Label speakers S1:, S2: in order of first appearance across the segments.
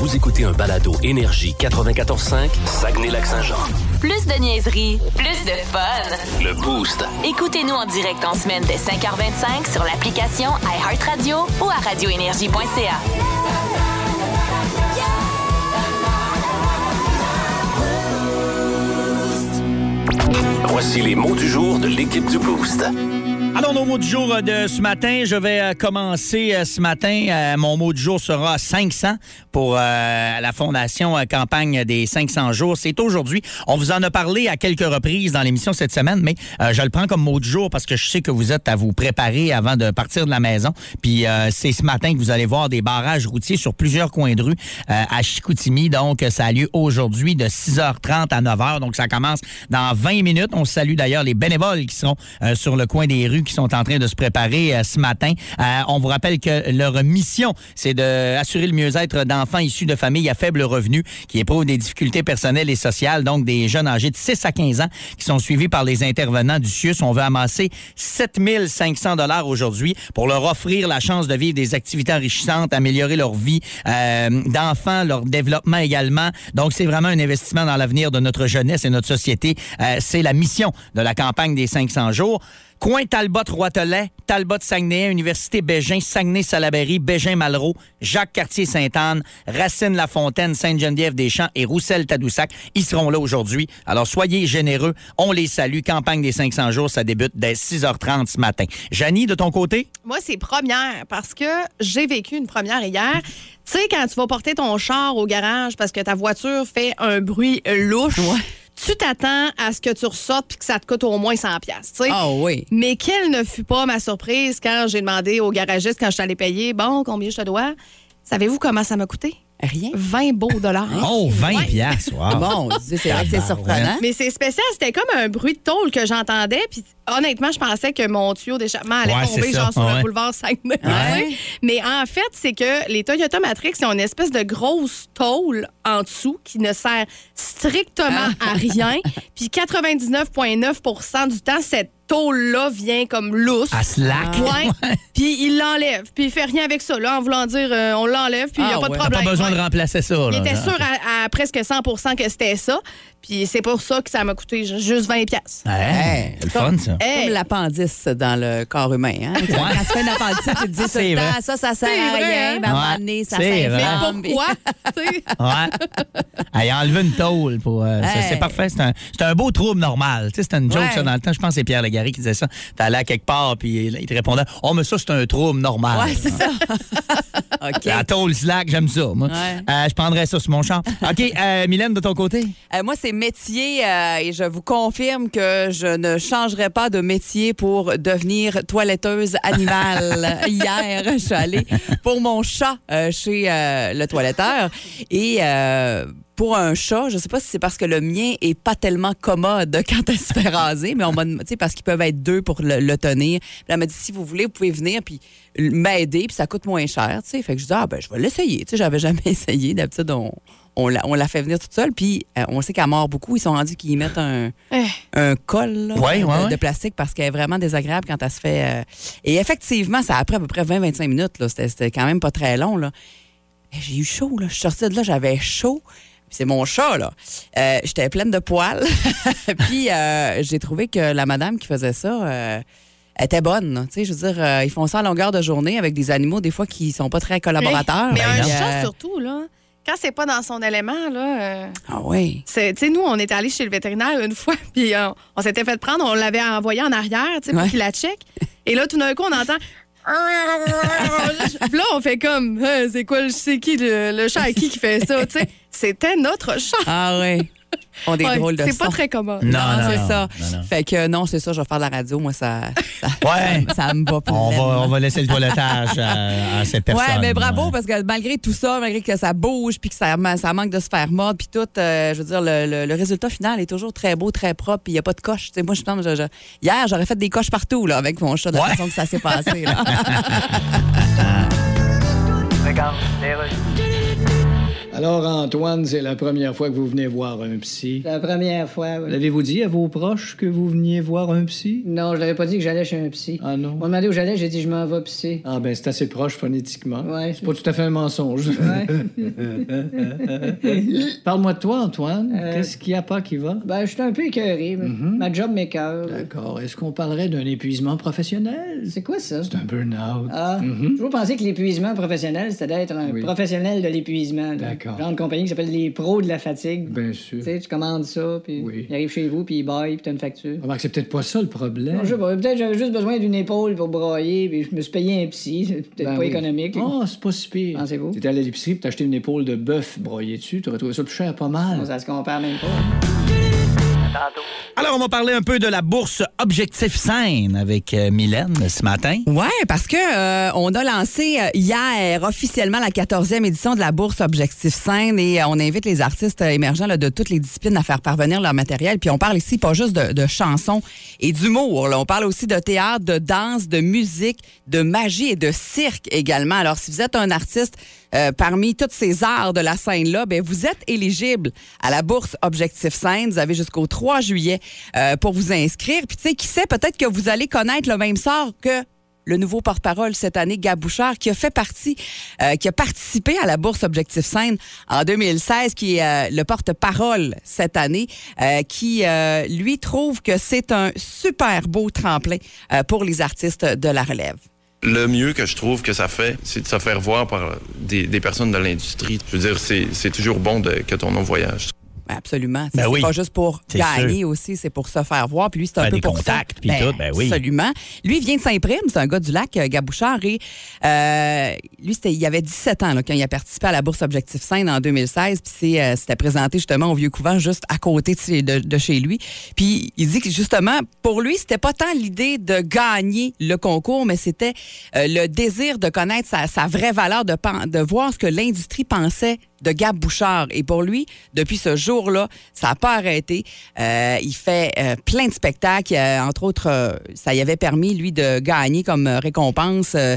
S1: Vous écoutez un balado Énergie 94.5, Saguenay-Lac-Saint-Jean.
S2: Plus de niaiserie, plus de fun.
S1: Le Boost.
S2: Écoutez-nous en direct en semaine dès 5h25 sur l'application iHeartRadio ou à radioénergie.ca.
S1: Voici les mots du jour de l'équipe du Boost.
S3: Alors, nos mots du jour euh, de ce matin, je vais euh, commencer euh, ce matin. Euh, Mon mot du jour sera 500 pour euh, la Fondation euh, Campagne des 500 jours. C'est aujourd'hui. On vous en a parlé à quelques reprises dans l'émission cette semaine, mais euh, je le prends comme mot du jour parce que je sais que vous êtes à vous préparer avant de partir de la maison. Puis euh, c'est ce matin que vous allez voir des barrages routiers sur plusieurs coins de rue euh, à Chicoutimi. Donc, euh, ça a lieu aujourd'hui de 6h30 à 9h. Donc, ça commence dans 20 minutes. On salue d'ailleurs les bénévoles qui sont euh, sur le coin des rues, qui sont en train de se préparer euh, ce matin. Euh, on vous rappelle que leur mission, c'est d'assurer le mieux-être d'enfants issus de familles à faible revenu qui éprouvent des difficultés personnelles et sociales. Donc, des jeunes âgés de 6 à 15 ans qui sont suivis par les intervenants du CIUS. On veut amasser 7500 dollars aujourd'hui pour leur offrir la chance de vivre des activités enrichissantes, améliorer leur vie euh, d'enfants, leur développement également. Donc, c'est vraiment un investissement dans l'avenir de notre jeunesse et notre société. Euh, c'est la mission de la campagne des 500 jours. Coin Talbot-Roitelet, Talbot-Saguenay, Université Bégin, Saguenay-Salaberry, Bégin-Malraux, Jacques-Cartier-Sainte-Anne, Racine-Lafontaine, Sainte-Geneviève-des-Champs et Roussel-Tadoussac. Ils seront là aujourd'hui. Alors, soyez généreux. On les salue. Campagne des 500 jours, ça débute dès 6h30 ce matin. Janie, de ton côté?
S4: Moi, c'est première parce que j'ai vécu une première hier. Tu sais, quand tu vas porter ton char au garage parce que ta voiture fait un bruit louche, tu t'attends à ce que tu ressortes puis que ça te coûte au moins 100$. piastres, tu sais.
S5: Ah oui.
S4: Mais quelle ne fut pas ma surprise quand j'ai demandé au garagiste, quand je suis allée payer, bon, combien je te dois? Savez-vous comment ça m'a coûté?
S5: Rien. Ah.
S4: 20 beaux dollars.
S3: Oh, 20 piastres. wow.
S5: Bon, c'est vrai que c'est
S3: Tabarouette.
S5: surprenant.
S4: Mais c'est spécial, c'était comme un bruit de tôle que j'entendais. Puis honnêtement, je pensais que mon tuyau d'échappement allait
S3: Ouais, c'est
S4: tomber
S3: ça.
S4: genre sur
S3: Ouais.
S4: le boulevard Saguenay.
S5: Ouais.
S4: tu sais. Mais en fait, c'est que les Toyota Matrix ils ont une espèce de grosse tôle en dessous qui ne sert strictement à rien. Puis 99,9 du temps, cette tôle-là vient comme lousse.
S3: À slack.
S4: Ouais. Puis il l'enlève. Puis il fait rien avec ça, là, en voulant dire euh, on l'enlève, puis il n'y
S5: Ah
S4: a pas
S5: ouais.
S4: de
S5: T'as
S3: T'as
S4: problème.
S3: pas besoin
S4: Ouais.
S3: de remplacer ça. là.
S4: Il était sûr à, à presque 100 que c'était ça. Puis c'est pour ça que ça m'a coûté ju- juste 20 pièces.
S3: Hey, c'est le fun, ça.
S5: Comme l'appendice dans le corps humain. Hein? Quand tu fais une appendice, tu te dis tout
S3: C'est
S5: le
S3: vrai.
S5: temps, ça, ça sert
S4: C'est
S5: à
S4: vrai,
S5: rien.
S4: hein?
S5: mais à un moment
S3: Ouais.
S5: donné, ça
S3: C'est vrai.
S5: s'inflamme.
S4: Pourquoi? Tu sais,
S3: Ouais. Hey, enlever une tôle pour. euh, c'est-
S5: Hey.
S3: C'est parfait. C'est un, c'est un beau trouble normal. Tu sais, c'était une joke,
S5: Ouais.
S3: ça, dans le temps. Je pense que c'est Pierre Légaré qui disait ça. T'allais à quelque part, puis il il te répondait Oh, mais ça, c'est un trouble normal.
S5: Ouais, c'est ça. OK.
S3: La tôle slack, j'aime ça. Moi.
S5: Ouais.
S3: Euh, je prendrais ça sur mon champ. OK, euh, Mylène, de ton côté?
S5: Euh, moi, c'est métier euh, et je vous confirme que je ne changerai pas de métier pour devenir toiletteuse animale. Hier, je suis allée pour mon chat euh, chez euh, le toiletteur et euh, pour un chat, je sais pas si c'est parce que le mien est pas tellement commode quand elle se fait raser, mais on m'a dem- tu sais, parce qu'ils peuvent être deux pour le, le tenir. Puis elle m'a dit si vous voulez, vous pouvez venir puis m'aider puis ça coûte moins cher, tu sais. Fait que je dis ah ben je vais l'essayer, tu sais, j'avais jamais essayé d'habitude on on la, on la fait venir toute seule, puis euh, on sait qu'elle mord beaucoup. Ils sont rendus qu'ils y mettent un,
S4: Eh.
S5: un col là,
S3: Ouais,
S5: de,
S3: ouais, ouais.
S5: de plastique parce qu'elle est vraiment désagréable quand elle se fait. euh, Et effectivement, ça a pris à peu près 20-25 minutes. là. C'était c'était quand même pas très long. là. Et J'ai eu chaud. Là. Je suis sortie de là, j'avais chaud. Puis C'est mon chat, là. Euh, J'étais pleine de poils. puis euh, j'ai trouvé que la madame qui faisait ça. euh, était bonne, là. tu sais, je veux dire, euh, ils font ça à longueur de journée avec des animaux des fois qui sont pas très collaborateurs.
S4: Mais un
S5: Puis,
S4: chat
S5: euh,
S4: surtout, là. Quand c'est pas dans son élément, là. euh,
S5: Ah oui.
S4: c'est- tu sais, nous, on est allé chez le vétérinaire une fois, puis euh, on s'était fait prendre, on l'avait envoyé en arrière, tu sais,
S5: Ouais.
S4: pour qu'il la check. Et là, tout d'un coup, on entend. Puis là, on fait comme, Euh, c'est quoi, le- c'est qui le, le chat à qui qui fait ça, tu sais? C'était notre chat.
S5: Ah oui. On des
S4: Ouais,
S5: drôles de
S4: c'est pas
S5: sons.
S4: très commun.
S3: Non, non,
S5: c'est
S3: non,
S5: ça.
S3: non, non.
S5: Fait que euh, non, c'est ça, je vais faire de la radio. Moi, ça, ça,
S3: Ouais.
S5: ça me va pas.
S3: On va, on va laisser le toilettage euh, à, à cette personne.
S5: Ouais, mais bravo,
S3: Ouais.
S5: parce que malgré tout ça, malgré que ça bouge, puis que ça, ma- ça manque de se faire mordre, puis tout, euh, je veux dire, le, le- le résultat final est toujours très beau, très propre, puis il n'y a pas de coche. Tu sais, moi, je pense, je- je- hier, j'aurais fait des coches partout, là, avec mon chat, de la
S3: Ouais.
S5: façon que ça s'est passé, là.
S6: Alors, Antoine, c'est la première fois que vous venez voir un psy.
S7: La première fois, oui.
S6: L'avez-vous dit à vos proches que vous veniez voir un psy?
S7: Non, je l'avais pas dit que j'allais chez un psy.
S6: Ah non?
S7: On m'a demandé où j'allais, j'ai dit je m'en vais pisser.
S6: Ah ben, c'est assez proche phonétiquement.
S7: Ouais.
S6: C'est pas tout à fait un mensonge.
S7: Ouais.
S6: Parle-moi de toi, Antoine.
S7: Euh,
S6: Qu'est-ce qu'il n'y a pas qui va?
S7: ben, je suis un peu écœuré. mais
S6: Mm-hmm.
S7: Ma job m'écœure.
S6: D'accord. Est-ce qu'on parlerait d'un épuisement professionnel?
S7: C'est quoi ça?
S6: C'est un burn-out.
S7: Ah, je vous pensais que l'épuisement professionnel, c'était d'être un
S6: Mm-hmm. Oui.
S7: professionnel de l'épuisement. là.
S6: D'accord.
S7: Genre de compagnie qui s'appelle les pros de la fatigue.
S6: Bien sûr.
S7: Tu sais, tu commandes ça, puis
S6: Oui.
S7: il arrive chez vous, puis il baille, puis t'as une facture.
S6: Remarque, c'est peut-être pas ça le problème.
S7: Non, je sais pas, peut-être j'avais juste besoin d'une épaule pour broyer, puis je me suis payé un psy, c'est peut-être
S6: Ben
S7: pas
S6: oui.
S7: économique.
S6: Ah, c'est pas si pire.
S7: Pensez-vous?
S6: T'étais allé à l'épicerie, puis t'as acheté une épaule de bœuf broyée dessus. T'aurais trouvé ça plus cher, pas mal.
S7: Non, Ça se compare même pas.
S3: Alors, on va parler un peu de la bourse Objectif Scène avec euh, Mylène ce matin.
S5: Ouais, parce que euh, on a lancé euh, hier officiellement la 14e édition de la bourse Objectif Scène et euh, on invite les artistes euh, émergents là, de toutes les disciplines à faire parvenir leur matériel. Puis on parle ici pas juste de, de chansons et d'humour, là. on parle aussi de théâtre, de danse, de musique, de magie et de cirque également. Alors si vous êtes un artiste euh, parmi toutes ces arts de la scène-là, ben, vous êtes éligible à la bourse Objectif Scène. Vous avez jusqu'au 3 juillet euh, pour vous inscrire. Puis tu sais, qui sait, peut-être que vous allez connaître le même sort que le nouveau porte-parole cette année, Gab Bouchard, qui a fait partie, euh, qui a participé à la bourse Objectif Scène en 2016, qui est euh, le porte-parole cette année, euh, qui euh, lui trouve que c'est un super beau tremplin euh, pour les artistes de la relève.
S8: Le mieux que je trouve que ça fait, c'est de se faire voir par des, des personnes de l'industrie. Je veux dire, c'est c'est toujours bon de- que ton nom voyage.
S5: Absolument.
S3: Ben
S5: c'est
S3: oui.
S5: pas juste pour
S3: C'est
S5: gagner aussi, c'est pour se faire voir. Puis lui, c'est un
S3: Faire
S5: peu
S3: des
S5: pour ça.
S3: contacts, puis tout, ben oui.
S5: Absolument. Lui vient de Saint-Prime, c'est un gars du lac, euh, Gabouchard. Et euh, lui, c'était, il avait 17 ans là, quand il a participé à la bourse Objectif Scène en 2016. Puis c'est, euh, c'était présenté justement au Vieux Couvent, juste à côté de, chez- de- de chez lui. Puis il dit que justement, pour lui, c'était pas tant l'idée de gagner le concours, mais c'était euh, le désir de connaître sa, sa vraie valeur, de, pen- de voir ce que l'industrie pensait de Gab Bouchard. Et pour lui, depuis ce jour-là, ça n'a pas arrêté. Euh, il fait euh, plein de spectacles. Euh, entre autres, euh, ça y avait permis, lui, de gagner comme euh, récompense. euh,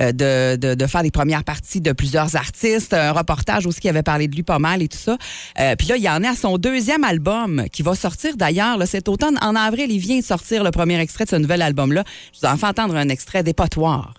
S5: euh, de, de- de faire des premières parties de plusieurs artistes, un reportage aussi qui avait parlé de lui pas mal et tout ça. Euh, Puis là, il y en est à son deuxième album qui va sortir d'ailleurs là, cet automne. En avril, il vient de sortir le premier extrait de ce nouvel album-là. Je vous en fais entendre un extrait des Potoirs.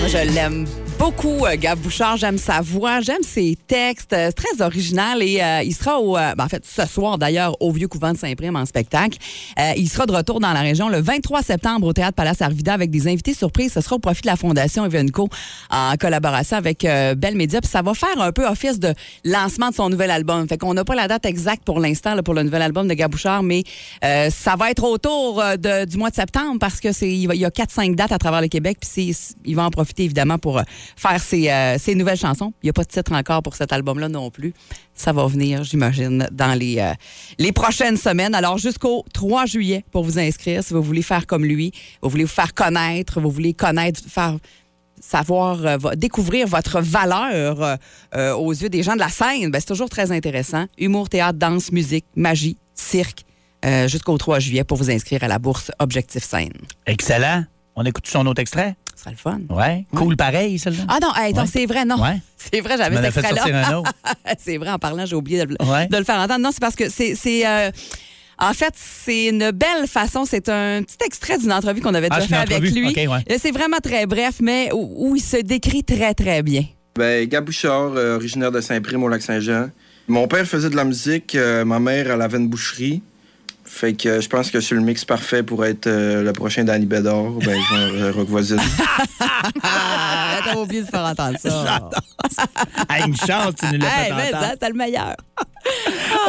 S5: Moi, je l'aime beaucoup, euh, Gab Bouchard. J'aime sa voix, j'aime ses textes. Euh, C'est très original et euh, il sera au, euh, ben, en fait ce soir d'ailleurs au Vieux Couvent de Saint-Prime en spectacle. Euh, il sera de retour dans la région le 23 septembre au Théâtre Palace Arvida avec des invités surprises. Ce sera au profit de la Fondation Evenco en collaboration avec euh, Bell Media. Puis ça va faire un peu office de lancement de son nouvel album. Fait qu'on n'a pas la date exacte pour l'instant là, pour le nouvel album de Gab Bouchard, mais euh, ça va être autour euh, de- du mois de septembre parce que c'est il va- il y a 4-5 dates à travers le Québec. Puis c'est- il va en profiter évidemment pour euh, faire ses, euh, ses nouvelles chansons. Il n'y a pas de titre encore pour cet album-là non plus. Ça va venir, j'imagine, dans les, euh, les prochaines semaines. Alors jusqu'au 3 juillet pour vous inscrire si vous voulez faire comme lui, vous voulez vous faire connaître, vous voulez connaître, faire savoir, euh, vo- découvrir votre valeur euh, euh, aux yeux des gens de la scène, ben, c'est toujours très intéressant. Humour, théâtre, danse, musique, magie, cirque, euh, jusqu'au 3 juillet pour vous inscrire à la bourse Objectif Scène.
S3: Excellent. On écoute son autre extrait?
S5: Ce sera le fun.
S3: Ouais. Cool pareil, celle-là.
S5: Ah non, hey, attends,
S3: Ouais.
S5: c'est vrai, non.
S3: Ouais.
S5: C'est vrai,
S3: Tu m'en
S5: j'avais
S3: as
S5: cet
S3: fait sortir
S5: extrait-là.
S3: un autre.
S5: c'est vrai, en parlant, j'ai oublié de, le-
S3: Ouais.
S5: de le faire entendre. Non, c'est parce que c'est. c'est, euh, en fait, c'est une belle façon. C'est un petit extrait d'une entrevue qu'on avait
S3: Ah,
S5: déjà fait
S3: c'est une
S5: avec
S3: entrevue.
S5: lui.
S3: OK, ouais.
S5: Et C'est vraiment très bref, mais où, où il se décrit très, très bien.
S9: Ben, Gabouchard, originaire de Saint-Prime au Lac-Saint-Jean. Mon père faisait de la musique, euh, ma mère, elle avait une boucherie. Fait que euh, je pense que je suis le mix parfait pour être euh, le prochain Danny Bédard, ben, genre euh, Rock Voisine.
S5: Ah, t'as oublié de faire entendre ça.
S3: Ah, une chance, tu nous l'as fait
S5: Hey, mais
S3: entendre.
S5: ça, c'est le meilleur.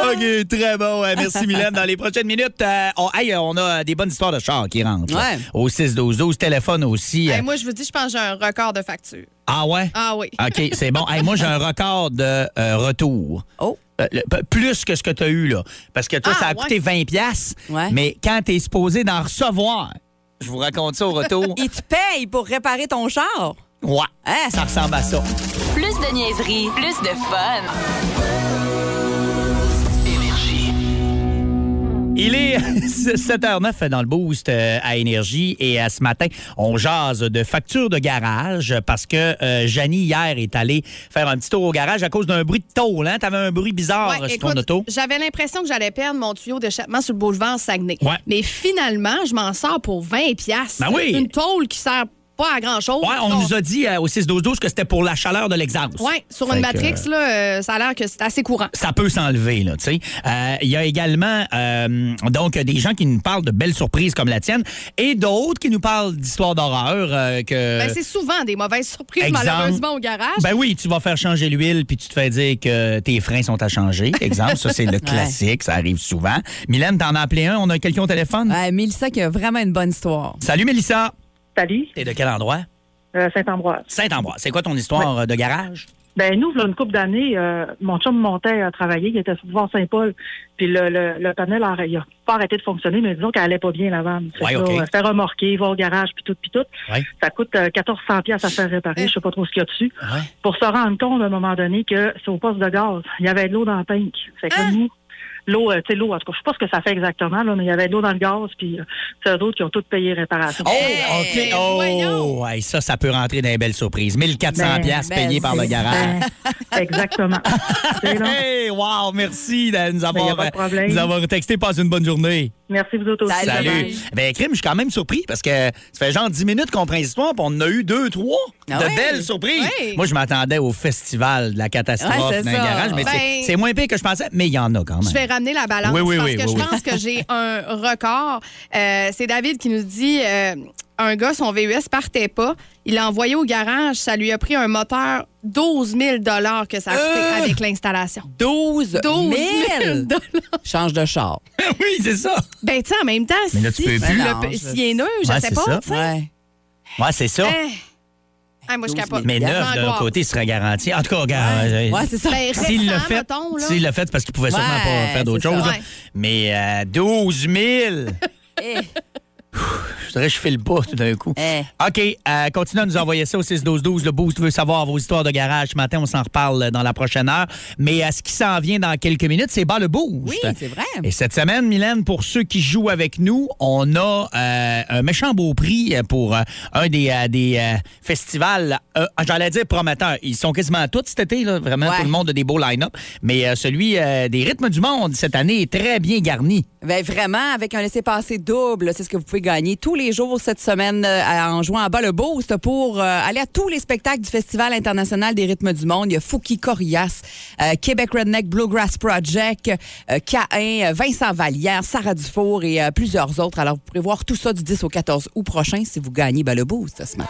S3: OK, très bon. Euh, merci, Mylène. Dans les prochaines minutes, euh, on, hey, euh, on a des bonnes histoires de chars qui rentrent. là.
S5: Ouais.
S3: Au 6-12-12, téléphone aussi.
S4: Hey,
S3: Euh,
S4: moi, je vous dis, je pense que j'ai un record de facture.
S3: Ah ouais?
S4: Ah oui.
S3: OK, c'est bon. Hey, moi, j'ai un record de euh, retour.
S5: Oh.
S3: Euh, le- p- plus que ce que tu as eu, là. Parce que toi,
S4: Ah,
S3: ça a
S4: ouais.
S3: coûté 20$. piastres,
S5: Ouais.
S3: Mais quand tu es supposé d'en recevoir, Je vous raconte ça au retour.
S5: Il te paye pour réparer ton char.
S3: Ouais,
S5: Hein,
S3: ça
S5: ça-
S3: ressemble à ça.
S2: Plus de niaiserie, plus de fun.
S3: Il est 7h09 dans le boost euh, à Énergie et euh, ce matin, on jase de factures de garage parce que euh, Janie, hier, est allée faire un petit tour au garage à cause d'un bruit de tôle. Hein? T'avais un bruit bizarre
S4: Ouais,
S3: sur
S4: écoute,
S3: ton auto.
S4: J'avais l'impression que j'allais perdre mon tuyau d'échappement sur le boulevard Saguenay.
S3: Ouais.
S4: Mais finalement, je m'en sors pour 20 pièces.
S3: Ben oui.
S4: Une tôle qui sert pas à grand-chose.
S3: Ouais, on
S4: Bon.
S3: nous a dit euh, au 6-12-12 que c'était pour la chaleur de l'exhaust.
S4: Ouais, sur
S3: Fait
S4: une
S3: que,
S4: matrix,
S3: euh,
S4: là, euh, ça a l'air que c'est assez courant.
S3: ça peut s'enlever, là, tu sais. Euh, Il y a également, euh, donc, des gens qui nous parlent de belles surprises comme la tienne et d'autres qui nous parlent d'histoires d'horreur euh, que...
S4: Ben, c'est souvent des mauvaises surprises,
S3: Exemple.
S4: malheureusement, au garage.
S3: Ben oui, tu vas faire changer l'huile, puis tu te fais dire que tes freins sont à changer. Exemple, ça, c'est le classique, ça arrive souvent. Mylène, t'en as appelé un, on a quelqu'un au téléphone?
S5: Ouais, Mélissa qui a vraiment une bonne histoire.
S3: Salut, Mélissa.
S10: Salut,
S3: T'es de quel endroit?
S10: euh, Saint-Ambroise.
S3: Saint-Ambroise. C'est quoi ton histoire euh, de garage?
S10: Ben nous, voilà une couple d'années, euh, mon chum montait à travailler, il était souvent Saint-Paul, puis le, le, le panel a, il a pas arrêté de fonctionner, mais disons qu'elle allait pas bien la vanne. Fait
S3: Ouais,
S10: que là,
S3: ok.
S10: euh, Faire remorquer, voir au garage, puis tout, puis tout.
S3: Ouais.
S10: Ça coûte euh, 1400 pièces à faire réparer, je sais pas trop ce qu'il y a dessus.
S3: Ouais.
S10: Pour se rendre compte à un moment donné que c'est au poste de gaz, il y avait de l'eau dans le tank. Fait que nous, l'eau, euh, tu sais, l'eau, en tout cas, je sais pas ce que ça fait exactement, là, mais il y avait de l'eau dans le gaz, puis euh, c'est eux autres qui ont tout payé réparation.
S3: Oh,
S5: Hey,
S3: OK. Oh,
S4: voyons.
S3: hey, ça, ça peut rentrer dans les belles surprises. 1400
S10: Ben,
S3: pièces
S5: ben,
S3: payées par le
S5: c'est-
S3: garage.
S10: Exactement. C'est long.
S3: Hey, wow, merci de nous
S10: Ben, y a
S3: avoir,
S10: pas de
S3: euh,
S10: problème.
S3: nous avoir texté. Passe une bonne journée.
S10: Merci vous autres aussi.
S5: Salut.
S3: Salut. Ben, Crime, je suis quand même surpris parce que ça fait genre 10 minutes qu'on prend l'histoire, puis on en a eu deux, trois
S5: Ah
S3: de
S5: ouais?
S3: belles surprises.
S4: Ouais.
S3: Moi, je m'attendais au festival de la catastrophe
S5: Ouais, c'est
S3: d'un
S5: ça.
S3: garage, mais
S4: Ben-
S3: c'est- c'est moins pire que je pensais, mais il y en a quand même.
S4: Je vais ramener la balance
S3: Oui, oui,
S4: parce
S3: oui,
S4: que
S3: oui,
S4: je
S3: oui.
S4: pense que j'ai un record. Euh, c'est David qui nous dit euh, un gars, son VUS partait pas. Il l'a envoyé au garage. Ça lui a pris un moteur 12 000 que ça a coûté
S5: Euh!
S4: avec l'installation.
S5: 12
S4: 12
S5: 000
S4: 000
S5: Change de char.
S3: oui, c'est ça.
S4: Ben, tu sais, en même temps,
S3: Mais là,
S4: si
S3: tu peux plus.
S5: Non,
S4: le,
S5: je-
S4: s'il est neuf, je
S3: Ouais,
S4: sais
S3: c'est
S4: pas.
S3: ça.
S4: tu sais.
S5: Ouais.
S3: Ouais, c'est ça.
S4: Hein? Hein, moi, je
S5: 12 000
S4: capote.
S3: mais
S5: il y a
S3: neuf d'un
S4: L'angoisse.
S3: côté serait garanti. En tout cas, regarde, euh,
S5: Ouais, c'est ça.
S4: Ben,
S3: S'il l'a
S4: récent,
S3: fait,
S4: mettons, là.
S3: s'il l'a fait, c'est parce qu'il pouvait sûrement
S5: Ouais,
S3: pas faire d'autres
S5: c'est ça.
S3: choses. là.
S4: Ouais.
S3: Mais euh, 12 000!
S5: Eh,
S3: Je dirais que je file pas tout d'un coup.
S5: eh.
S3: OK, euh, continuez à nous envoyer ça au 6-12-12. Le Boost veut savoir vos histoires de garage. Ce matin, on s'en reparle dans la prochaine heure. Mais à ce qui s'en vient dans quelques minutes, c'est bas le Boost.
S5: Oui, c'est vrai.
S3: Et cette semaine, Mylène, pour ceux qui jouent avec nous, on a euh, un méchant beau prix euh, pour euh, un des, euh, des euh, festivals, euh, j'allais dire prometteurs. Ils sont quasiment tous cet été, là, vraiment,
S5: Ouais.
S3: tout le monde a des beaux line-up. Mais euh, celui euh, des rythmes du monde, cette année, est très bien garni.
S5: Ben vraiment, avec un laissez-passer double, c'est ce que vous pouvez gagner tous les jours cette semaine euh, en jouant à bas le boost pour euh, aller à tous les spectacles du Festival international des rythmes du monde. Il y a Fouki Corias, euh, Québec Redneck Bluegrass Project, euh, K1, euh, Vincent Vallière, Sarah Dufour et euh, plusieurs autres. Alors, vous pouvez voir tout ça du 10 au 14 août prochain si vous gagnez bas le boost ce matin.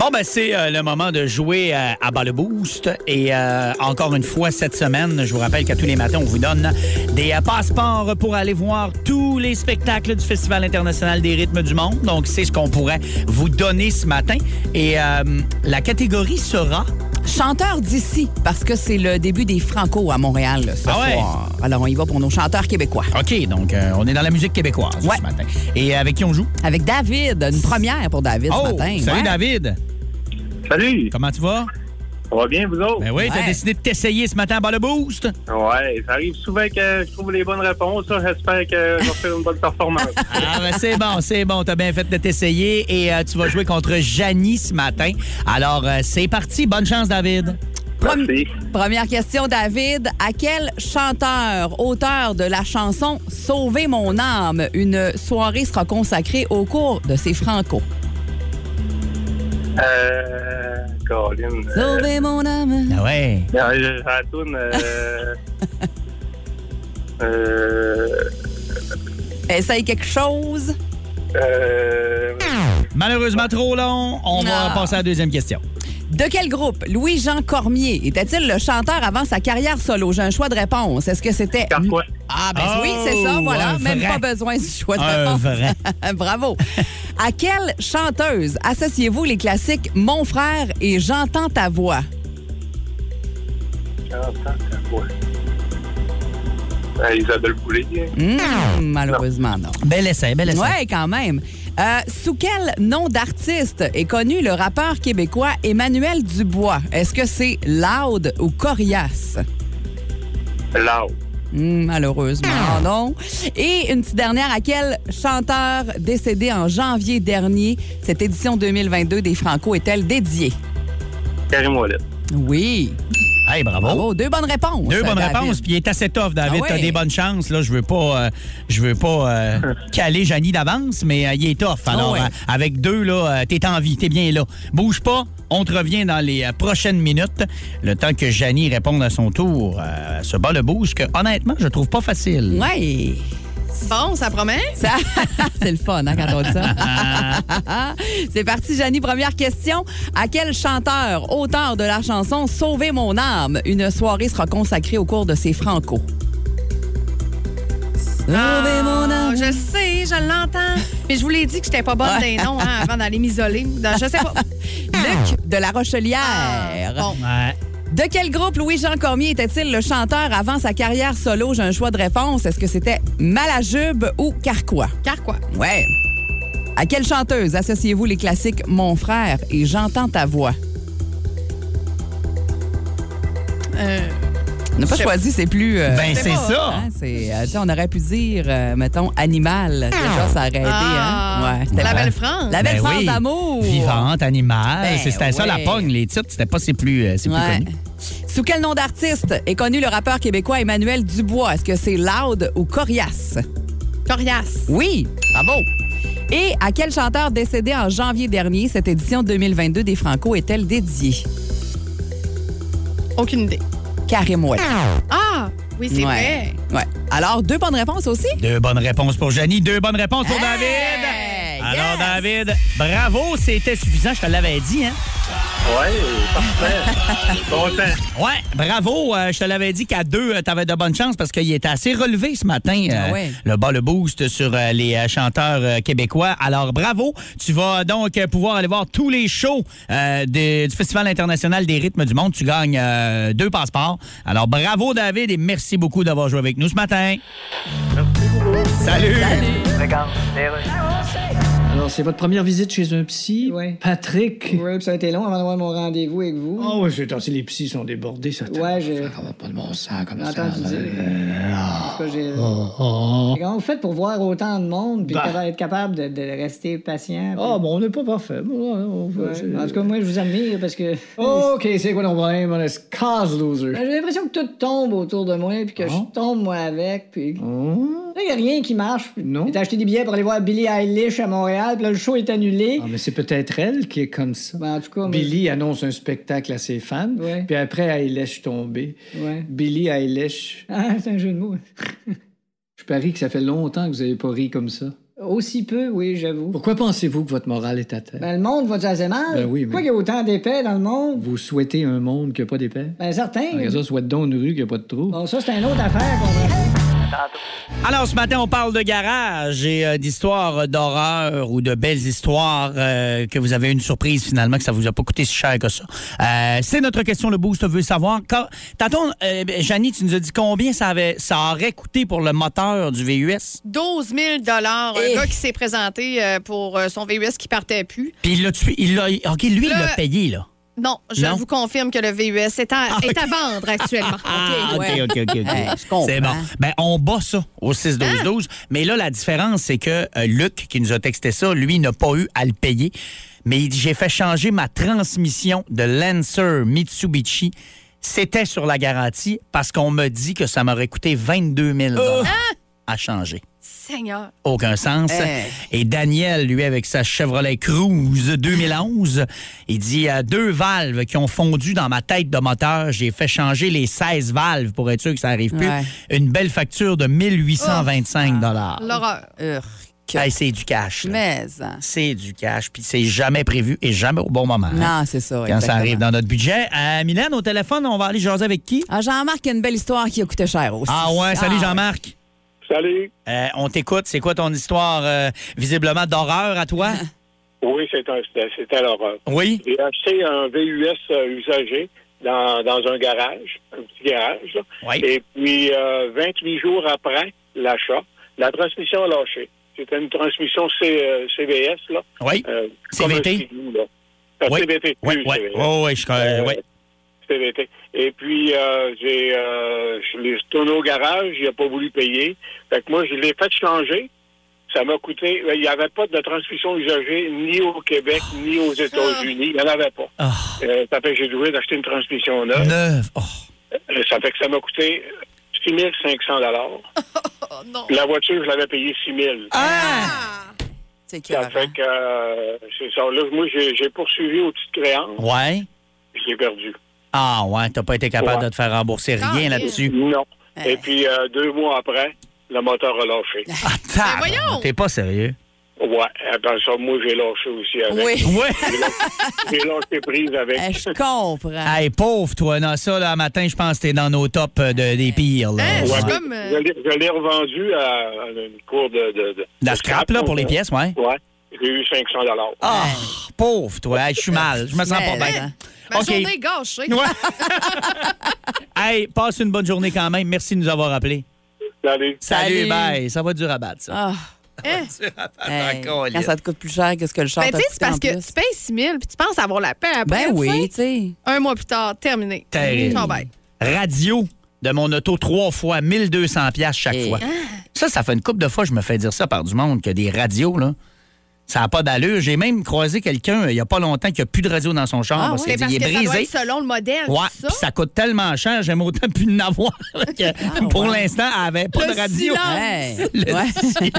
S3: Bon, ben, c'est euh, le moment de jouer euh, à bas le boost. Et euh, encore une fois, cette semaine, je vous rappelle qu'à tous les matins, on vous donne des euh, passeports pour aller voir tous les spectacles du Festival international des rythmes du monde. Donc, c'est ce qu'on pourrait vous donner ce matin. Et euh, la catégorie sera.
S5: Chanteurs d'ici, parce que c'est le début des Franco à Montréal là, ce
S3: Ah ouais?
S5: soir. Alors, on y va pour nos chanteurs québécois.
S3: OK, donc, euh, on est dans la musique québécoise
S5: Ouais.
S3: ce matin. Et euh, avec qui on joue?
S5: Avec David, une première pour David
S3: oh,
S5: ce matin.
S3: salut
S5: Ouais.
S3: David.
S11: Salut,
S3: Comment tu vas?
S11: ça va bien, vous autres?
S3: Ben oui, t'as
S5: Ouais.
S3: décidé de t'essayer ce matin à bas le boost.
S11: Ouais, ça arrive souvent que je trouve les bonnes réponses. là. J'espère que je vais faire une bonne performance.
S3: Ah ben c'est bon, c'est bon, t'as bien fait de t'essayer et euh, tu vas jouer contre Janie ce matin. Alors euh, c'est parti, bonne chance David.
S5: Premi-
S11: Merci.
S5: Première question, David. À quel chanteur, auteur de la chanson Sauvez mon âme, une soirée sera consacrée au cours de ses Franco?
S11: Euh, Colin. Euh,
S5: Sauvez mon âme.
S3: Ah ouais.
S11: non, je- ça tourne. Euh, euh,
S5: Essaye quelque chose.
S11: euh,
S3: Malheureusement trop long, on va
S5: Ah.
S3: passer à la deuxième question.
S5: De quel groupe Louis-Jean Cormier était-il le chanteur avant sa carrière solo? J'ai un choix de réponse. Est-ce que c'était.
S11: Carquois.
S5: Ah, ben oui,
S3: Oh,
S5: c'est ça, voilà.
S3: un
S5: Même pas
S3: vrai.
S5: besoin du choix de
S3: Un
S5: réponse.
S3: vrai.
S5: Hein, Bravo. À quelle chanteuse associez-vous les classiques Mon frère et J'entends ta voix?
S11: J'entends ta voix. Ben, Isabelle Boulay.
S5: Hmm, malheureusement, non.
S3: Bel essai, bel essai.
S5: Ouais, quand même. Euh, sous quel nom d'artiste est connu le rappeur québécois Emmanuel Dubois? Est-ce que c'est Loud ou Coriace?
S11: Loud.
S5: Hmm, malheureusement, non. Et une petite dernière, à quel chanteur décédé en janvier dernier, cette édition 2022 des Franco est-elle dédiée?
S11: Karim Ouellet.
S5: Oui.
S3: Hey, bravo.
S5: Deux bonnes réponses.
S3: Deux bonnes
S5: David.
S3: réponses, puis il est assez tough, David.
S5: Ah
S3: T'as
S5: ouais.
S3: des bonnes chances. Là, je veux pas, euh, je veux pas euh, caler Janie d'avance, mais euh, il est tough. Alors,
S5: Ah ouais.
S3: euh, avec deux, là, euh, t'es en vie, t'es bien là. Bouge pas, on te revient dans les euh, prochaines minutes. Le temps que Janie réponde à son tour, euh, ce bas le bouge que, honnêtement, je trouve pas facile.
S5: Ouais.
S4: Bon, ça promet?
S5: Ça- c'est le fun hein, quand on dit ça. c'est parti, Janie. Première question. À quel chanteur, auteur de la chanson Sauvez mon âme, une soirée sera consacrée au cours de ses Franco? Sauvez
S3: Ah.
S5: mon âme.
S4: Je sais, je l'entends. Mais je vous l'ai dit que j'étais pas bonne
S5: Ouais.
S4: des noms hein, avant d'aller m'isoler. Dans- Je sais pas.
S5: Luc de la
S3: Ah,
S5: Rochelière.
S3: Ouais.
S5: De quel groupe Louis-Jean Cormier était-il le chanteur avant sa carrière solo? J'ai un choix de réponse. Est-ce que c'était Malajube ou Carquois?
S4: Car quoi?
S5: Ouais. À quelle chanteuse associez-vous les classiques Mon frère et J'entends ta voix?
S4: Euh,
S5: On n'a pas
S4: Je sais
S5: choisi, c'est plus. euh,
S3: Ben,
S4: sais
S3: c'est
S4: pas,
S3: ça.
S5: hein, c'est, euh, tu sais, on aurait pu dire, euh, mettons, animal. Déjà, ça aurait aidé. hein?
S4: Ah,
S5: Ouais, c'était
S4: la
S5: bon.
S4: belle France.
S5: La belle
S3: Ben
S5: France
S3: oui.
S5: d'amour.
S3: Vivante, animale.
S5: Ben,
S3: c'est- c'était ça
S5: ouais.
S3: la pogne, les titres. C'était pas c'est plus, euh, c'est plus
S5: Ouais.
S3: connu.
S5: Sous quel nom d'artiste est connu le rappeur québécois Emmanuel Dubois? Est-ce que c'est Loud ou Coriace?
S4: Coriace.
S5: Oui, bravo. Et à quel chanteur décédé en janvier dernier, cette édition 2022 des Franco est-elle dédiée?
S4: Aucune idée.
S5: Karim Ouellet.
S4: Ah, oui, c'est vrai.
S5: Ouais. Ouais. Alors, deux bonnes réponses aussi?
S3: Deux bonnes réponses pour Janie, deux bonnes réponses pour
S5: Hey!
S3: David. Alors,
S5: Yes!
S3: David, bravo, c'était suffisant, je te l'avais dit, hein?
S11: Ouais, parfait. Content.
S3: Ouais, bravo. euh, je te l'avais dit qu'à deux, tu avais de bonnes chances parce qu'il était assez relevé ce matin, euh,
S5: Ah ouais.
S3: le bas le boost sur euh, les euh, chanteurs euh, québécois. Alors, bravo. Tu vas donc euh, pouvoir aller voir tous les shows euh, des- du Festival international des rythmes du monde. Tu gagnes euh, deux passeports. Alors, bravo, David, et merci beaucoup d'avoir joué avec nous ce matin. Salut.
S6: Alors, c'est votre première visite chez un psy?
S7: Ouais.
S6: Patrick?
S7: Oui, puis ça a été long avant d'avoir mon rendez-vous avec vous.
S6: Ah ouais, c'est si les psys sont débordés, ça
S7: Ouais, j'ai
S6: Ça va pas de bon sens comme ça.
S7: entendu dire. En tout cas, j'ai-
S6: Oh, oh.
S7: Comment vous faites pour voir autant de monde puis
S6: Bah.
S7: capa- être capable de, de rester patient? puis-
S6: Ah, bon, on n'est pas parfait. Bon, on- on-
S7: Ouais. En tout cas, moi, je vous admire parce que
S6: OK, c'est quoi ton problème? On est cause loser.
S7: j'ai l'impression que tout tombe autour de moi puis que
S6: Ah.
S7: je tombe moi avec. Puis...
S6: Oh.
S7: Là, il n'y a rien qui marche.
S6: Non.
S7: J'ai acheté des billets pour aller voir Billie Eilish à Montréal, puis là, le show est annulé.
S6: Ah, mais c'est peut-être elle qui est comme ça.
S7: Ben, en tout cas, mais-
S6: Billy annonce un spectacle à ses fans,
S7: Ouais.
S6: puis après, elle lèche tomber.
S7: Ouais.
S6: Billy Eilish,
S7: Ah, c'est un jeu de mots.
S6: je parie que ça fait longtemps que vous n'avez pas ri comme ça.
S7: Aussi peu, oui, j'avoue.
S6: Pourquoi pensez-vous que votre morale est à terre?
S7: Ben, le monde va-tu assez mal?
S6: Ben oui, mais-
S7: Pourquoi il y a autant d'épais dans le monde?
S6: Vous souhaitez un monde qui n'a pas d'épais?
S7: Ben, certain.
S6: Regarde ça, souhaite donc une rue qui n'a pas de trou.
S7: Bon, ça, c'est une autre affaire qu'on
S3: Alors, ce matin, on parle de garage et euh, d'histoires d'horreur ou de belles histoires euh, que vous avez une surprise finalement, que ça vous a pas coûté si cher que ça. Euh, c'est notre question, le boost veut savoir. Quand... Tantôt, euh, Janie, tu nous as dit combien ça, avait... ça aurait coûté pour le moteur du VUS,
S4: 12 000 dollars.
S5: Eh.
S4: Un gars qui s'est présenté euh, pour euh, son VUS qui partait plus.
S3: puis il l'a tué. Il l'a... OK, lui, il l'a
S4: Le-
S3: payé, là.
S4: Non, je
S3: Non.
S4: vous confirme que le VUS est
S5: Ah,
S4: à, est à vendre actuellement.
S3: Ah, OK,
S5: ouais.
S3: OK, OK. ok.
S5: Ouais, je comprends. Ah!
S3: C'est bon. Ben, on bat ça au 6-12-12. Mais là, la différence, c'est que euh, Luc, qui nous a texté ça, lui, n'a pas eu à le payer. Mais il dit J'ai fait changer ma transmission de Lancer Mitsubishi. C'était sur la garantie parce qu'on me dit que ça m'aurait coûté 22 000
S5: Ah!
S3: à changer.
S4: Seigneur.
S3: Aucun sens.
S5: Hey.
S3: Et Daniel, lui, avec sa Chevrolet Cruze 2011, il dit euh, deux valves qui ont fondu dans ma tête de moteur. J'ai fait changer les 16 valves pour être sûr que ça n'arrive plus.
S5: Ouais.
S3: Une belle facture de 1825 dollars.
S4: L'horreur.
S5: Urk.
S3: Hey, c'est du cash. là.
S5: Ah. Mais, hein.
S3: C'est du cash, puis c'est jamais prévu et jamais au bon moment. hein,
S5: Non, c'est ça.
S3: Quand ça
S5: exactement.
S3: arrive dans notre budget. Euh, Mylène, au téléphone, on va aller jaser avec qui?
S5: Ah, Jean-Marc a une belle histoire qui a coûté cher aussi.
S3: Ah ouais, salut
S5: Ah,
S3: Jean-Marc.
S11: Salut.
S3: Euh, on t'écoute. C'est quoi ton histoire euh, visiblement d'horreur à toi?
S11: Oui, c'est un- c'était c'était l'horreur.
S3: Oui.
S11: J'ai acheté un VUS euh, usagé dans, dans un garage, un petit garage. là.
S3: Oui.
S11: Et puis, euh, 28 jours après l'achat, la transmission a lâché. C'était une transmission C- euh, CVS, là.
S3: Oui.
S11: Euh,
S3: CVT.
S11: comme un skidoo, là. Euh,
S3: Oui.
S11: CVT.
S3: Oui,
S11: plus
S3: oui,
S11: CVS.
S3: oui, oui, je- euh, oui.
S11: CVT. Et puis, euh, j'ai, euh, je l'ai retourné au garage, il n'a pas voulu payer. Fait que moi, je l'ai fait changer. Ça m'a coûté. euh, Il n'y avait pas de transmission usagée ni au Québec, ni aux États-Unis. Il n'y en avait pas.
S3: Ah.
S11: Euh, ça fait que j'ai dû d'acheter une transmission neuve.
S3: Neuve.
S11: Euh, Ça fait que ça m'a coûté 6 500 La voiture, je l'avais payée 6 000 Ça fait que, euh, c'est ça. Là, moi, j'ai j'ai poursuivi aux petites créances.
S3: Ouais.
S11: puis J'ai perdu.
S3: Ah, ouais, t'as pas été capable
S11: Ouais.
S3: de te faire rembourser rien là-dessus.
S11: Non. Et puis, euh, deux mois après, le moteur a lâché.
S3: Ah, bon, T'es pas sérieux.
S11: Ouais, après ça, moi, j'ai lâché aussi avec.
S3: Oui. Ouais.
S11: J'ai lâché- J'ai lâché prise avec.
S5: Eh,
S12: Ah,
S5: comprends.
S3: Hey, pauvre, toi. Non, ça, là, matin, je pense que t'es dans nos tops euh, de- des pires. Là.
S11: Ouais,
S3: Ouais.
S11: mais Je l'ai- je l'ai revendu à à une cour de... de, de-
S3: La
S11: de
S3: scrap, là, pour les pièces, ouais.
S11: Ouais. J'ai eu 500
S3: Ah, pauvre, toi. Hey, je suis mal. Je me sens pas
S4: Mais-
S3: bien.
S4: Ma
S3: OK.
S4: Ben, journée est gâchée.
S3: Hey, passe une bonne journée quand même. Merci de nous avoir appelés.
S11: Salut.
S3: Salut,
S5: Salut.
S3: bye. Ça va du rabat, ça.
S5: Ah.
S4: Hein?
S5: Hey, quand ça te coûte plus cher que ce que le char
S4: Ben,
S5: t'a
S4: tu sais,
S5: coûté
S4: c'est parce
S5: en
S4: que
S5: plus.
S4: tu payes 6 000 puis tu penses avoir la paix après.
S5: Ben
S4: tu
S5: oui,
S4: sais.
S5: tu sais.
S4: Un mois plus tard, terminé.
S3: Terrible.
S4: Ton bail.
S3: Radio de mon auto trois fois, 1200 pièces chaque
S4: Eh.
S3: fois.
S4: Ah.
S3: Ça, ça fait une couple de fois je me fais dire ça par du monde, que des radios, là, ça n'a pas d'allure. J'ai même croisé quelqu'un il n'y a pas longtemps qui a plus de radio dans son chambre. parce
S4: Mais
S3: qu'il
S4: Ah parce
S3: dit,
S4: que ça
S3: il est
S4: doit
S3: bah, brisé.
S4: être selon le modèle.
S3: Ouais,
S4: tout
S3: puis ça coûte tellement cher, j'aime autant plus de n'avoir. que pour l'instant, elle avait pas
S4: Ah Le
S3: de radio.
S4: silence.
S5: Hey.
S3: Le
S5: Ouais.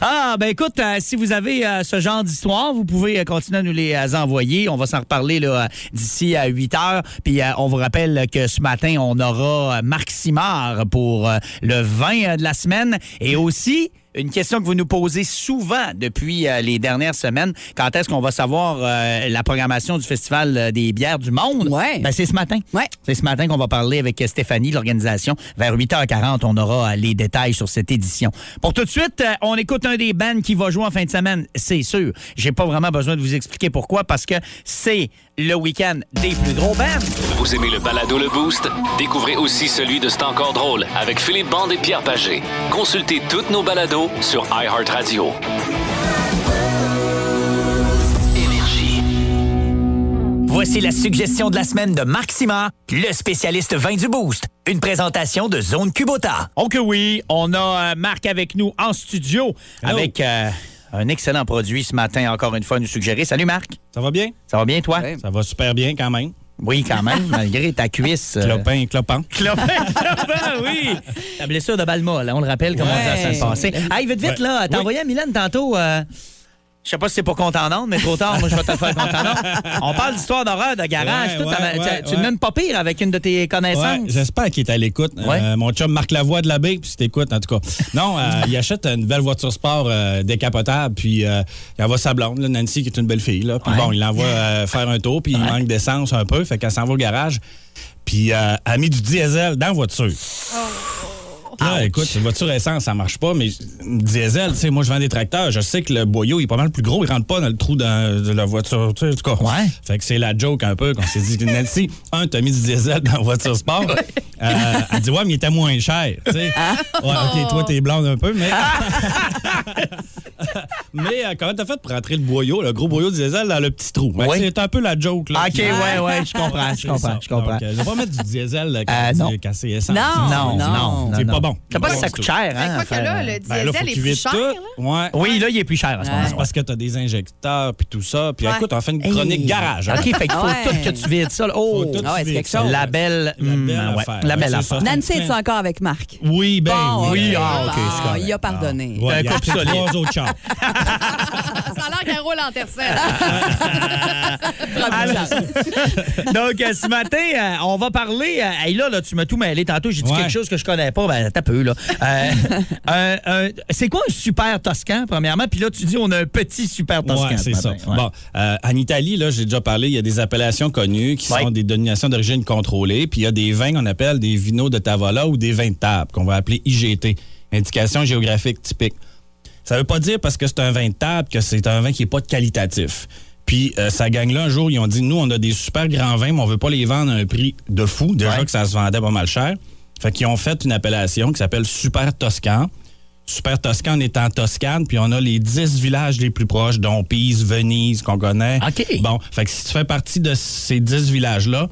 S3: Ah, ben écoute, euh, si vous avez euh, ce genre d'histoire, vous pouvez euh, continuer à nous les euh, envoyer. On va s'en reparler là, euh, d'ici à 8 heures. Puis euh, on vous rappelle que ce matin, on aura euh, Marc Simard pour euh, le vin euh, de la semaine. Et aussi, une question que vous nous posez souvent depuis euh, les dernières semaines, quand est-ce qu'on va savoir euh, la programmation du Festival euh, des bières du monde? Ben, c'est ce matin.
S12: Ah,
S3: C'est ce matin qu'on va parler avec euh, Stéphanie, de l'organisation. Vers 8h40, on aura euh, les détails sur cette édition. Pour tout de suite, euh, on écoute un des bands qui va jouer en fin de semaine, c'est sûr. J'ai pas vraiment besoin de vous expliquer pourquoi, parce que c'est le week-end des plus gros bands.
S1: Vous aimez le balado Le Boost? Découvrez aussi celui de C'est encore drôle avec Philippe Bande et Pierre Pagé. Consultez toutes nos balados sur iHeartRadio.
S13: Voici la suggestion de la semaine de Marc Simard, le spécialiste vin du Boost. Une présentation de Zone Cubota.
S3: Ok, Oh oui, on a euh, Marc avec nous en studio avec euh, un excellent produit ce matin, encore une fois, à nous suggérer. Salut Marc.
S12: Ça va bien?
S3: Ça va bien, toi?
S12: Ça va super bien quand même.
S3: Oui, quand même, malgré ta cuisse. euh,
S12: Clopin, clopant.
S3: Clopin, clopin, oui. La blessure de Balma, là, on le rappelle, comme on dit la semaine passée. Hey, vite, vite,
S12: Ouais.
S3: là, t'as
S12: Oui.
S3: envoyé à Mylène tantôt. euh, je sais pas si c'est pour qu'on t'en onde, mais trop tard, moi, je vais te le faire qu'on t'en onde. On parle d'histoire d'horreur, de garage.
S12: Ouais,
S3: tout,
S12: ouais,
S3: t'avais-
S12: ouais,
S3: tu ne
S12: ouais.
S3: donnes pas pire avec une de tes connaissances.
S12: Ouais, J'espère qu'il est à l'écoute. Euh, mon chum Marc Lavoie de la Baie, puis si t'écoutes, en tout cas. Non, euh, il achète une belle voiture sport euh, décapotable, puis euh, il envoie sa blonde, là, Nancy, qui est une belle fille. Là, puis bon, il l'envoie euh, faire un tour, puis il manque d'essence un peu, fait qu'elle s'en va au garage, puis euh, elle a mis du diesel dans la voiture. Puis Là, Ah, écoute, une voiture essence, ça marche pas, mais une diesel, tu sais, moi, je vends des tracteurs. Je sais que le boyau il est pas mal plus gros, il rentre pas dans le trou dans- de la voiture, tu sais, en tout cas. Fait que c'est la joke un peu qu'on s'est dit, Nancy, un, t'as mis du diesel dans la voiture sport. Euh, elle dit, ouais, mais il était moins cher, tu sais.
S3: Ah.
S12: Ouais,
S3: Oh.
S12: OK, toi, t'es blonde un peu, mais. mais euh, comment t'as fait pour rentrer le boyau, le gros boyau du diesel, dans le petit trou? Fait que C'est un peu la joke, là.
S3: OK, ouais, ouais, je comprends, je
S12: C'est
S3: comprends,
S12: ça.
S3: je comprends.
S12: Donc, euh, je vais pas mettre du diesel là, quand
S3: Euh,
S12: tu
S3: non.
S12: dis casser essence.
S3: Non,
S12: Ça,
S3: non,
S12: c'est-
S3: non,
S12: C'est
S3: non,
S12: pas
S3: non.
S12: bon.
S3: T'as pas
S12: Pas
S3: que
S12: bon
S3: ça coûte
S12: du tout.
S3: cher, hein?
S4: Quoique là, le
S12: Ben, là,
S4: diesel
S12: faut
S4: est
S12: qu'il
S4: plus
S12: vide
S4: cher.
S12: tout.
S4: là.
S12: Ouais.
S3: Oui, là, il est plus cher à ce moment-là.
S12: C'est parce que t'as des injecteurs puis tout ça. Puis
S3: Ouais.
S12: écoute, on fait une chronique
S3: Hey.
S12: garage. hein.
S3: OK, fait qu'il faut
S12: Ouais.
S3: tout que tu vides ça. là. Oh,
S12: Faut tout que tu vides ça.
S3: La belle, hum, ouais,
S12: belle affaire.
S3: la
S12: Ouais,
S3: belle
S12: c'est
S3: affaire.
S12: ça.
S5: Nancy, es-tu encore avec Marc?
S12: Oui, ben
S5: Bon,
S12: oui.
S5: ok.
S12: ah, ok, c'est
S5: Ah,
S12: correct. Ah,
S5: il a pardonné.
S12: Ouais,
S3: Un
S12: il a acheté
S3: couple Euh, solide.
S12: trois autres chars.
S4: Ça a l'air qu'elle roule en tercelle.
S3: Ah, Alors- Donc, euh, ce matin, euh, on va parler. euh, hey, là, là, tu m'as tout mêlé tantôt. J'ai dit
S12: Ouais.
S3: quelque chose que je connais pas. Ben, t'as peu, là. Euh, euh, euh, c'est quoi un super toscan, premièrement? Puis là, tu dis, on a un petit super toscan.
S12: Ouais,
S3: ce
S12: c'est ça.
S3: matin. Ouais.
S12: Bon, euh, en Italie, là, j'ai déjà parlé, il y a des appellations connues qui sont des dénominations d'origine contrôlée, puis il y a des vins qu'on appelle des vinos de Tavola ou des vins de table, qu'on va appeler IGT, indication géographique typique. Ça veut pas dire parce que c'est un vin de table que c'est un vin qui est pas qualitatif. Puis euh, ça gagne là un jour, ils ont dit nous on a des super grands vins, mais on veut pas les vendre à un prix de fou, déjà que ça se vendait pas mal cher. Fait qu'ils ont fait une appellation qui s'appelle Super Toscan. Super Toscane est en Toscane, puis on a les 10 villages les plus proches, dont Pise, Venise, qu'on connaît. Bon, fait que si tu fais partie de ces 10 villages-là,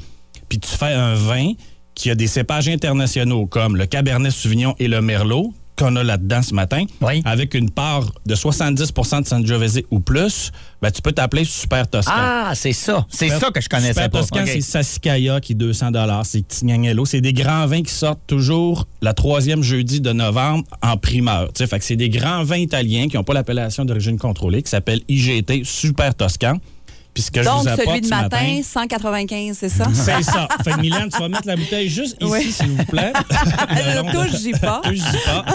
S12: puis tu fais un vin qui a des cépages internationaux comme le Cabernet Sauvignon et le Merlot, qu'on a là-dedans ce matin, avec une part de 70 de Sangiovese ou plus, ben, tu peux t'appeler Super Toscane.
S3: Ah, c'est ça. C'est
S12: Super-
S3: ça que je connaissais
S12: Super
S3: pas.
S12: Toscan,
S3: OK.
S12: c'est Sassicaia qui est 200 c'est Tignanello. C'est des grands vins qui sortent toujours la troisième jeudi de novembre en primeur. Tu sais, fait que c'est des grands vins italiens qui n'ont pas l'appellation d'origine contrôlée, qui s'appellent IGT Super Toscan. Puis ce que je
S5: Donc,
S12: vous apporte
S5: celui de
S12: ce
S5: matin,
S12: matin
S5: 195, c'est ça?
S12: c'est ça. Fait que Mylène, tu vas mettre la bouteille juste ici,
S5: Oui.
S12: s'il vous plaît.
S5: Le touche, j'y pas.
S12: Touche,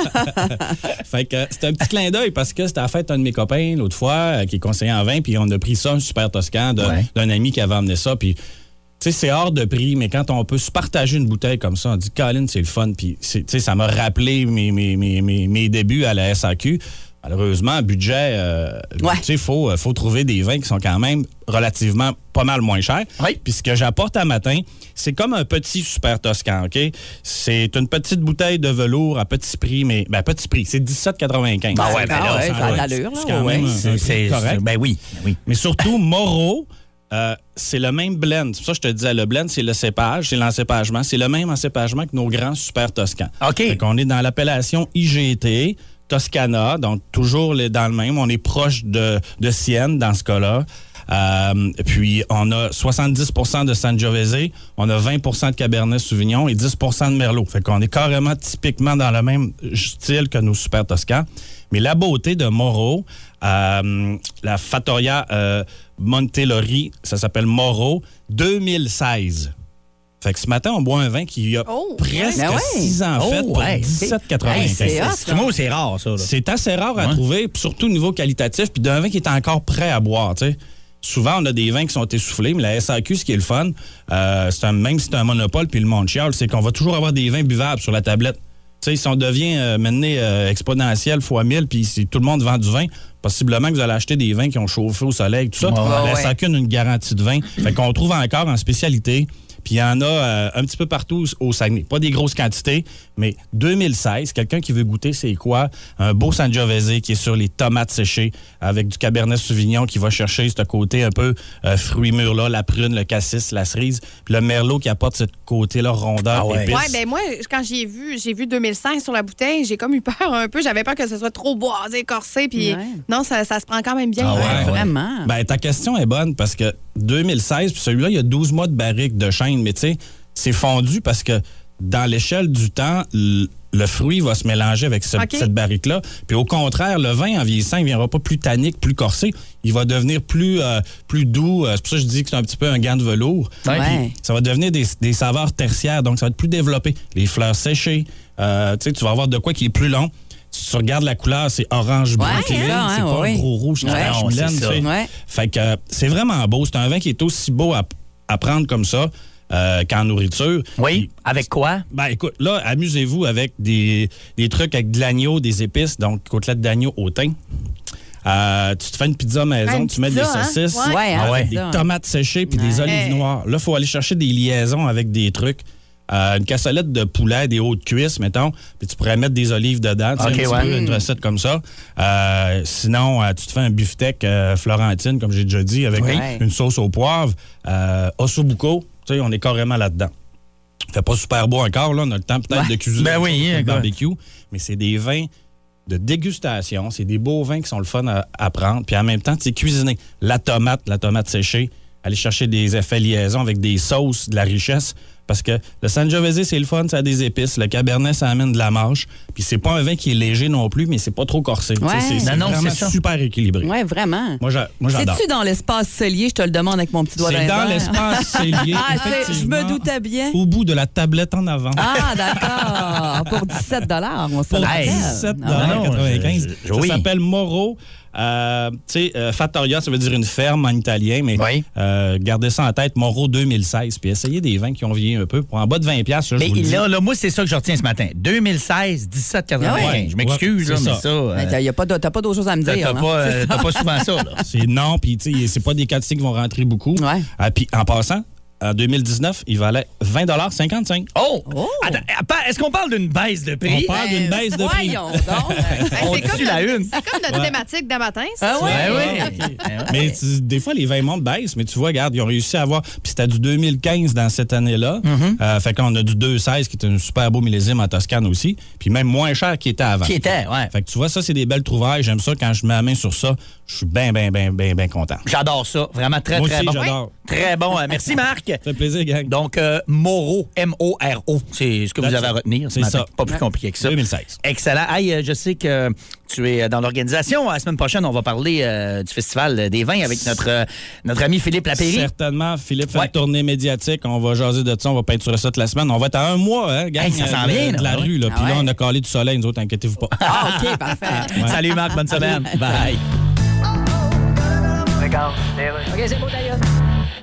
S12: j'y pas. fait que euh, c'est un petit clin d'œil parce que c'était à la fête d'un de mes copains l'autre fois euh, qui est conseiller en vin, puis on a pris ça, un super toscan de-
S3: Ouais.
S12: d'un ami qui avait amené ça. Puis, tu sais, c'est hors de prix, mais quand on peut se partager une bouteille comme ça, on dit, Colin, c'est le fun. Puis, c'est- tu sais, ça m'a rappelé mes, mes, mes, mes, mes débuts à la SAQ. Malheureusement, budget, euh, tu sais, faut, euh, faut trouver des vins qui sont quand même relativement pas mal moins chers. Puis ce que j'apporte à matin, c'est comme un petit super toscan, OK? C'est une petite bouteille de velours à petit prix, mais ben, à petit prix, c'est 17,95.
S3: Ah ouais, ben là, Ah ouais, ça a de l'allure, là,
S12: C'est quand
S3: ouais.
S12: même un- un
S3: C'est-
S12: prix
S3: c'est-
S12: correct.
S3: c'est- ben oui,
S12: Mais surtout, Moro, euh, c'est le même blend. C'est pour ça que je te disais, le blend, c'est le cépage, c'est l'encépagement. C'est le même encépagement que nos grands super toscans. OK. on est dans l'appellation IGT, Toscana, donc toujours les- dans le même. On est proche de, de Sienne dans ce cas-là. Euh, puis, on a 70 de Sangiovese, on a 20 de Cabernet Sauvignon et 10 de Merlot. Fait qu'on est carrément typiquement dans le même style que nos super toscans. Hein? Mais la beauté de Moro, euh, la Fattoria euh, Montelori, ça s'appelle Moro 2016. Fait que ce matin, on boit un vin qui a presque
S3: ouais. Ben ouais.
S12: 6 ans en fait
S3: Oh,
S12: pour
S3: ouais, c'est-
S12: 17,95.
S3: Hey, c'est hot, ça. Moi, c'est
S12: rare, ça. C'est assez rare à trouver, puis surtout au niveau qualitatif, puis d'un vin qui est encore prêt à boire, tu sais. Souvent, on a des vins qui sont essoufflés, mais la SAQ, ce qui est le fun, euh, c'est un, même si c'est un monopole, puis le monde chiale, c'est qu'on va toujours avoir des vins buvables sur la tablette. Tu sais, si on devient euh, maintenant euh, exponentiel fois 1000, puis si tout le monde vend du vin, possiblement que vous allez acheter des vins qui ont chauffé au soleil, tout ça.
S3: Ouais,
S12: la
S3: ouais.
S12: SAQ on a une garantie de vin. Fait qu'on trouve encore en spécialité. Puis il y en a euh, un petit peu partout au Saguenay. Pas des grosses quantités, mais 2016, quelqu'un qui veut goûter, c'est quoi? Un beau Sangiovese qui est sur les tomates séchées avec du Cabernet Sauvignon qui va chercher ce côté un peu euh, fruit mûr-là, la prune, le cassis, la cerise. Puis le Merlot qui apporte ce côté-là
S3: Ah
S12: rondeur, épice.
S4: Ouais, ben moi, quand j'ai vu, j'ai vu 2005 sur la bouteille, j'ai comme eu peur un peu. J'avais peur que ce soit trop boisé, corsé, puis non, ça, ça se prend quand même bien.
S12: Ah ouais?
S14: Hein?
S12: Ben, ta question est bonne parce que 2016, puis celui-là, il y a 12 mois de barrique de chêne, mais tu sais, c'est fondu parce que dans l'échelle du temps, l- le fruit va se mélanger avec ce-
S14: Ok.
S12: cette barrique-là. Puis au contraire, le vin, en vieillissant, il ne viendra pas plus tannique, plus corsé. Il va devenir plus, euh, plus doux. Euh, C'est pour ça que je dis que c'est un petit peu un gant de velours.
S14: Ouais.
S12: Puis Ça va devenir des, des saveurs tertiaires, donc ça va être plus développé. Les fleurs séchées, euh, tu sais, tu vas avoir de quoi qui est plus long. Si tu regardes la couleur, c'est orange brun,
S5: Ouais,
S12: c'est
S5: hein,
S12: vin, c'est
S5: ouais,
S12: pas un
S5: ouais.
S12: gros rouge,
S5: Ouais.
S12: orange
S5: Non,
S12: blême,
S5: c'est ça.
S12: tu sais.
S5: Ouais.
S12: Fait que euh, c'est vraiment beau. C'est un vin qui est aussi beau à, à prendre comme ça. euh, qu'en nourriture. Oui, avec quoi? Ben écoute, là, amusez-vous avec des, des trucs avec de l'agneau, des épices, donc côtelette d'agneau au thym. Euh, tu te fais une pizza maison,
S14: Ah, une
S12: tu mets
S14: pizza, hein?
S12: des saucisses,
S14: Ouais. Ouais, hein,
S12: avec
S14: c'est ça.
S12: des tomates séchées puis des
S14: Ouais.
S12: olives noires. Là, il faut aller chercher des liaisons avec des trucs. Euh, une cassolette de poulet, des hauts de cuisse, mettons, puis tu pourrais mettre des olives dedans. tu sais,
S3: Ok,
S12: un petit
S3: ouais.
S12: peu, une
S14: Hmm.
S3: Mm.
S12: recette comme ça. Euh, sinon, euh, tu te fais un beefsteak euh, florentine, comme j'ai déjà dit, avec
S3: Oui.
S12: une sauce au poivre. Euh, osso buco, tu sais, on est carrément là-dedans. Fait pas super beau encore, là. On a le temps peut-être
S3: Ouais.
S12: de cuisiner
S3: Ben oui,
S12: le
S3: hein, quoi.
S12: barbecue. Mais c'est des vins de dégustation. C'est des beaux vins qui sont le fun à, à prendre. Puis en même temps, tu sais, cuisiner. La tomate, la tomate séchée, aller chercher des effets liaisons avec des sauces, de la richesse. Parce que le Sangiovese, c'est le fun, ça a des épices. Le Cabernet, ça amène de la marge. Puis c'est pas un vin qui est léger non plus, mais c'est pas trop corsé. Tu sais,
S5: Ouais.
S12: C'est c'est
S5: Non, non,
S12: vraiment
S5: c'est ça.
S12: super équilibré.
S5: Ouais, vraiment.
S12: Moi, j'a- moi, j'adore.
S5: C'est-tu dans l'espace cellier? Je te le demande avec mon petit doigt
S12: C'est
S5: d'un verre.
S12: dans l'espace cellier,
S5: Ah, c'est- je me
S12: effectivement.
S5: doutais bien.
S12: Au bout de la tablette en avant.
S5: Ah, d'accord. Pour 17 on se
S12: Pour
S5: le rappelle.
S12: 17
S5: Ah, ouais.
S12: 95.
S5: je-
S12: Ça
S5: oui.
S12: s'appelle Moro. Euh, tu sais, euh, Fattoria, ça veut dire une ferme en italien, mais euh, gardez ça en tête, Moro 2016. Puis essayez des vins qui ont vieilli un peu. Pour en bas de 20$, piastres, là, je
S3: Mais
S12: vous le dis.
S3: là, là, moi, c'est ça que je retiens ce matin. 2016, 17,95. je m'excuse, là, mais ça. euh,
S5: Mais Ah Ben, t'as- y a pas de- T'as pas d'autres choses à me dire. là. hein. C'est ça.
S12: C'est non, puis tu sais, c'est pas des catégories qui vont rentrer beaucoup. Ah, puis en passant, en 2019, il valait 20,55
S3: Oh! Attends, attends, Est-ce qu'on parle d'une baisse de prix?
S12: On parle d'une
S3: Ben,
S12: baisse de prix.
S5: Ben, voyons donc. Ben,
S3: On
S4: Ben, c'est comme
S3: tue la
S4: notre-
S3: une.
S4: C'est comme notre
S12: Ouais.
S4: thématique d'un matin, ça.
S12: Ah ouais? Ouais, ouais. Mais tu- des fois, les 20 mondes baissent, mais tu vois, regarde, ils ont réussi à avoir. Puis c'était du 2015 dans cette année-là.
S3: Mm-hmm.
S12: Euh, fait qu'on a du 2,16 qui est un super beau millésime en Toscane aussi. Puis même moins cher qu'il était avant.
S3: Qu'il était, ouais.
S12: Fait que tu vois, ça, c'est des belles trouvailles. J'aime ça. Quand je mets la main sur ça, je suis bien, bien, bien, bien, bien content.
S3: J'adore ça. Vraiment très,
S12: Moi
S3: très
S12: aussi,
S3: bon.
S12: j'adore.
S3: Très bon. Euh, Merci, Marc. Ça
S12: fait plaisir, gang.
S3: Donc, euh, Moro, M-O-R-O, c'est ce que vous
S12: That's
S3: avez à
S12: it.
S3: retenir. ce
S12: C'est
S3: matin.
S12: ça.
S3: Pas plus
S12: Ouais.
S3: compliqué que ça.
S12: 2016.
S3: Excellent. Hey, euh, je sais que tu es euh, dans l'organisation. La semaine prochaine, on va parler euh, du Festival des vins avec notre, euh, notre ami Philippe Lapéry.
S12: Certainement, Philippe fait une tournée médiatique. On va jaser de ça, on va peinturer ça toute la semaine. On va être à un mois, hein, gang,
S3: Hey, ça
S12: euh,
S3: s'en
S12: de,
S3: vient,
S12: de
S3: là,
S12: la
S3: ouais.
S12: rue. Là.
S3: Ah
S12: Puis là,
S3: ouais.
S12: on a collé du soleil, nous autres, inquiétez-vous pas.
S5: Ah, OK, parfait.
S12: Ouais.
S3: Salut, Marc. Bonne semaine. Bye.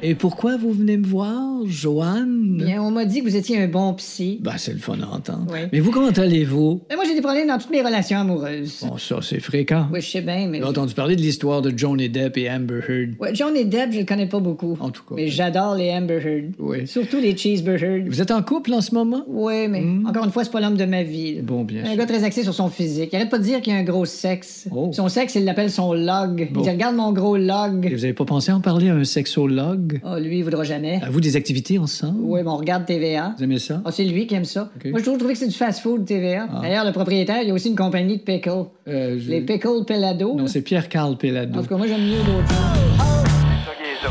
S14: Et pourquoi vous venez me voir, Joanne?
S7: Ah. Bien, on m'a dit que vous étiez un bon psy.
S14: Ben, c'est le fun à entendre.
S7: Oui.
S14: Mais vous, comment allez-vous?
S7: Mais moi, j'ai des problèmes dans toutes mes relations amoureuses.
S14: Bon, ça, c'est fréquent.
S7: Oui, je sais bien, mais.
S14: J'ai entendu parler de l'histoire de Johnny Depp et Amber Heard.
S7: Ouais, Johnny Depp, je le connais pas beaucoup.
S14: En tout cas.
S7: Mais j'adore les Amber Heard.
S14: Oui.
S7: Surtout les Cheeseburgers.
S14: Vous êtes en couple en ce moment? Hmm.
S7: Oui, mais
S3: Hmm.
S7: encore une fois, c'est pas l'homme de ma vie. là.
S14: Bon, bien
S7: un
S14: sûr. Oh.
S7: gars très axé sur son physique. Il arrête pas de dire qu'il a un gros sexe. Son sexe, il l'appelle son log.
S14: Bon.
S7: Il dit Regarde mon gros log.
S14: Et vous avez pas pensé en parler à un sexologue?
S7: Ah, lui, il voudra jamais.
S14: À vous des activités ensemble?
S7: Oui, mais on regarde TVA.
S14: Vous aimez ça?
S7: Ah, c'est lui qui aime ça.
S14: Ok.
S7: Moi, j'ai toujours trouvé que c'est du fast-food TVA.
S14: Ah.
S7: D'ailleurs, le propriétaire, il y a aussi une compagnie de pickles.
S14: Euh, je-
S7: Les pickles Pelado.
S14: Non, c'est Pierre-Carl Pellado.
S7: En tout cas, moi, j'aime mieux d'autres choses.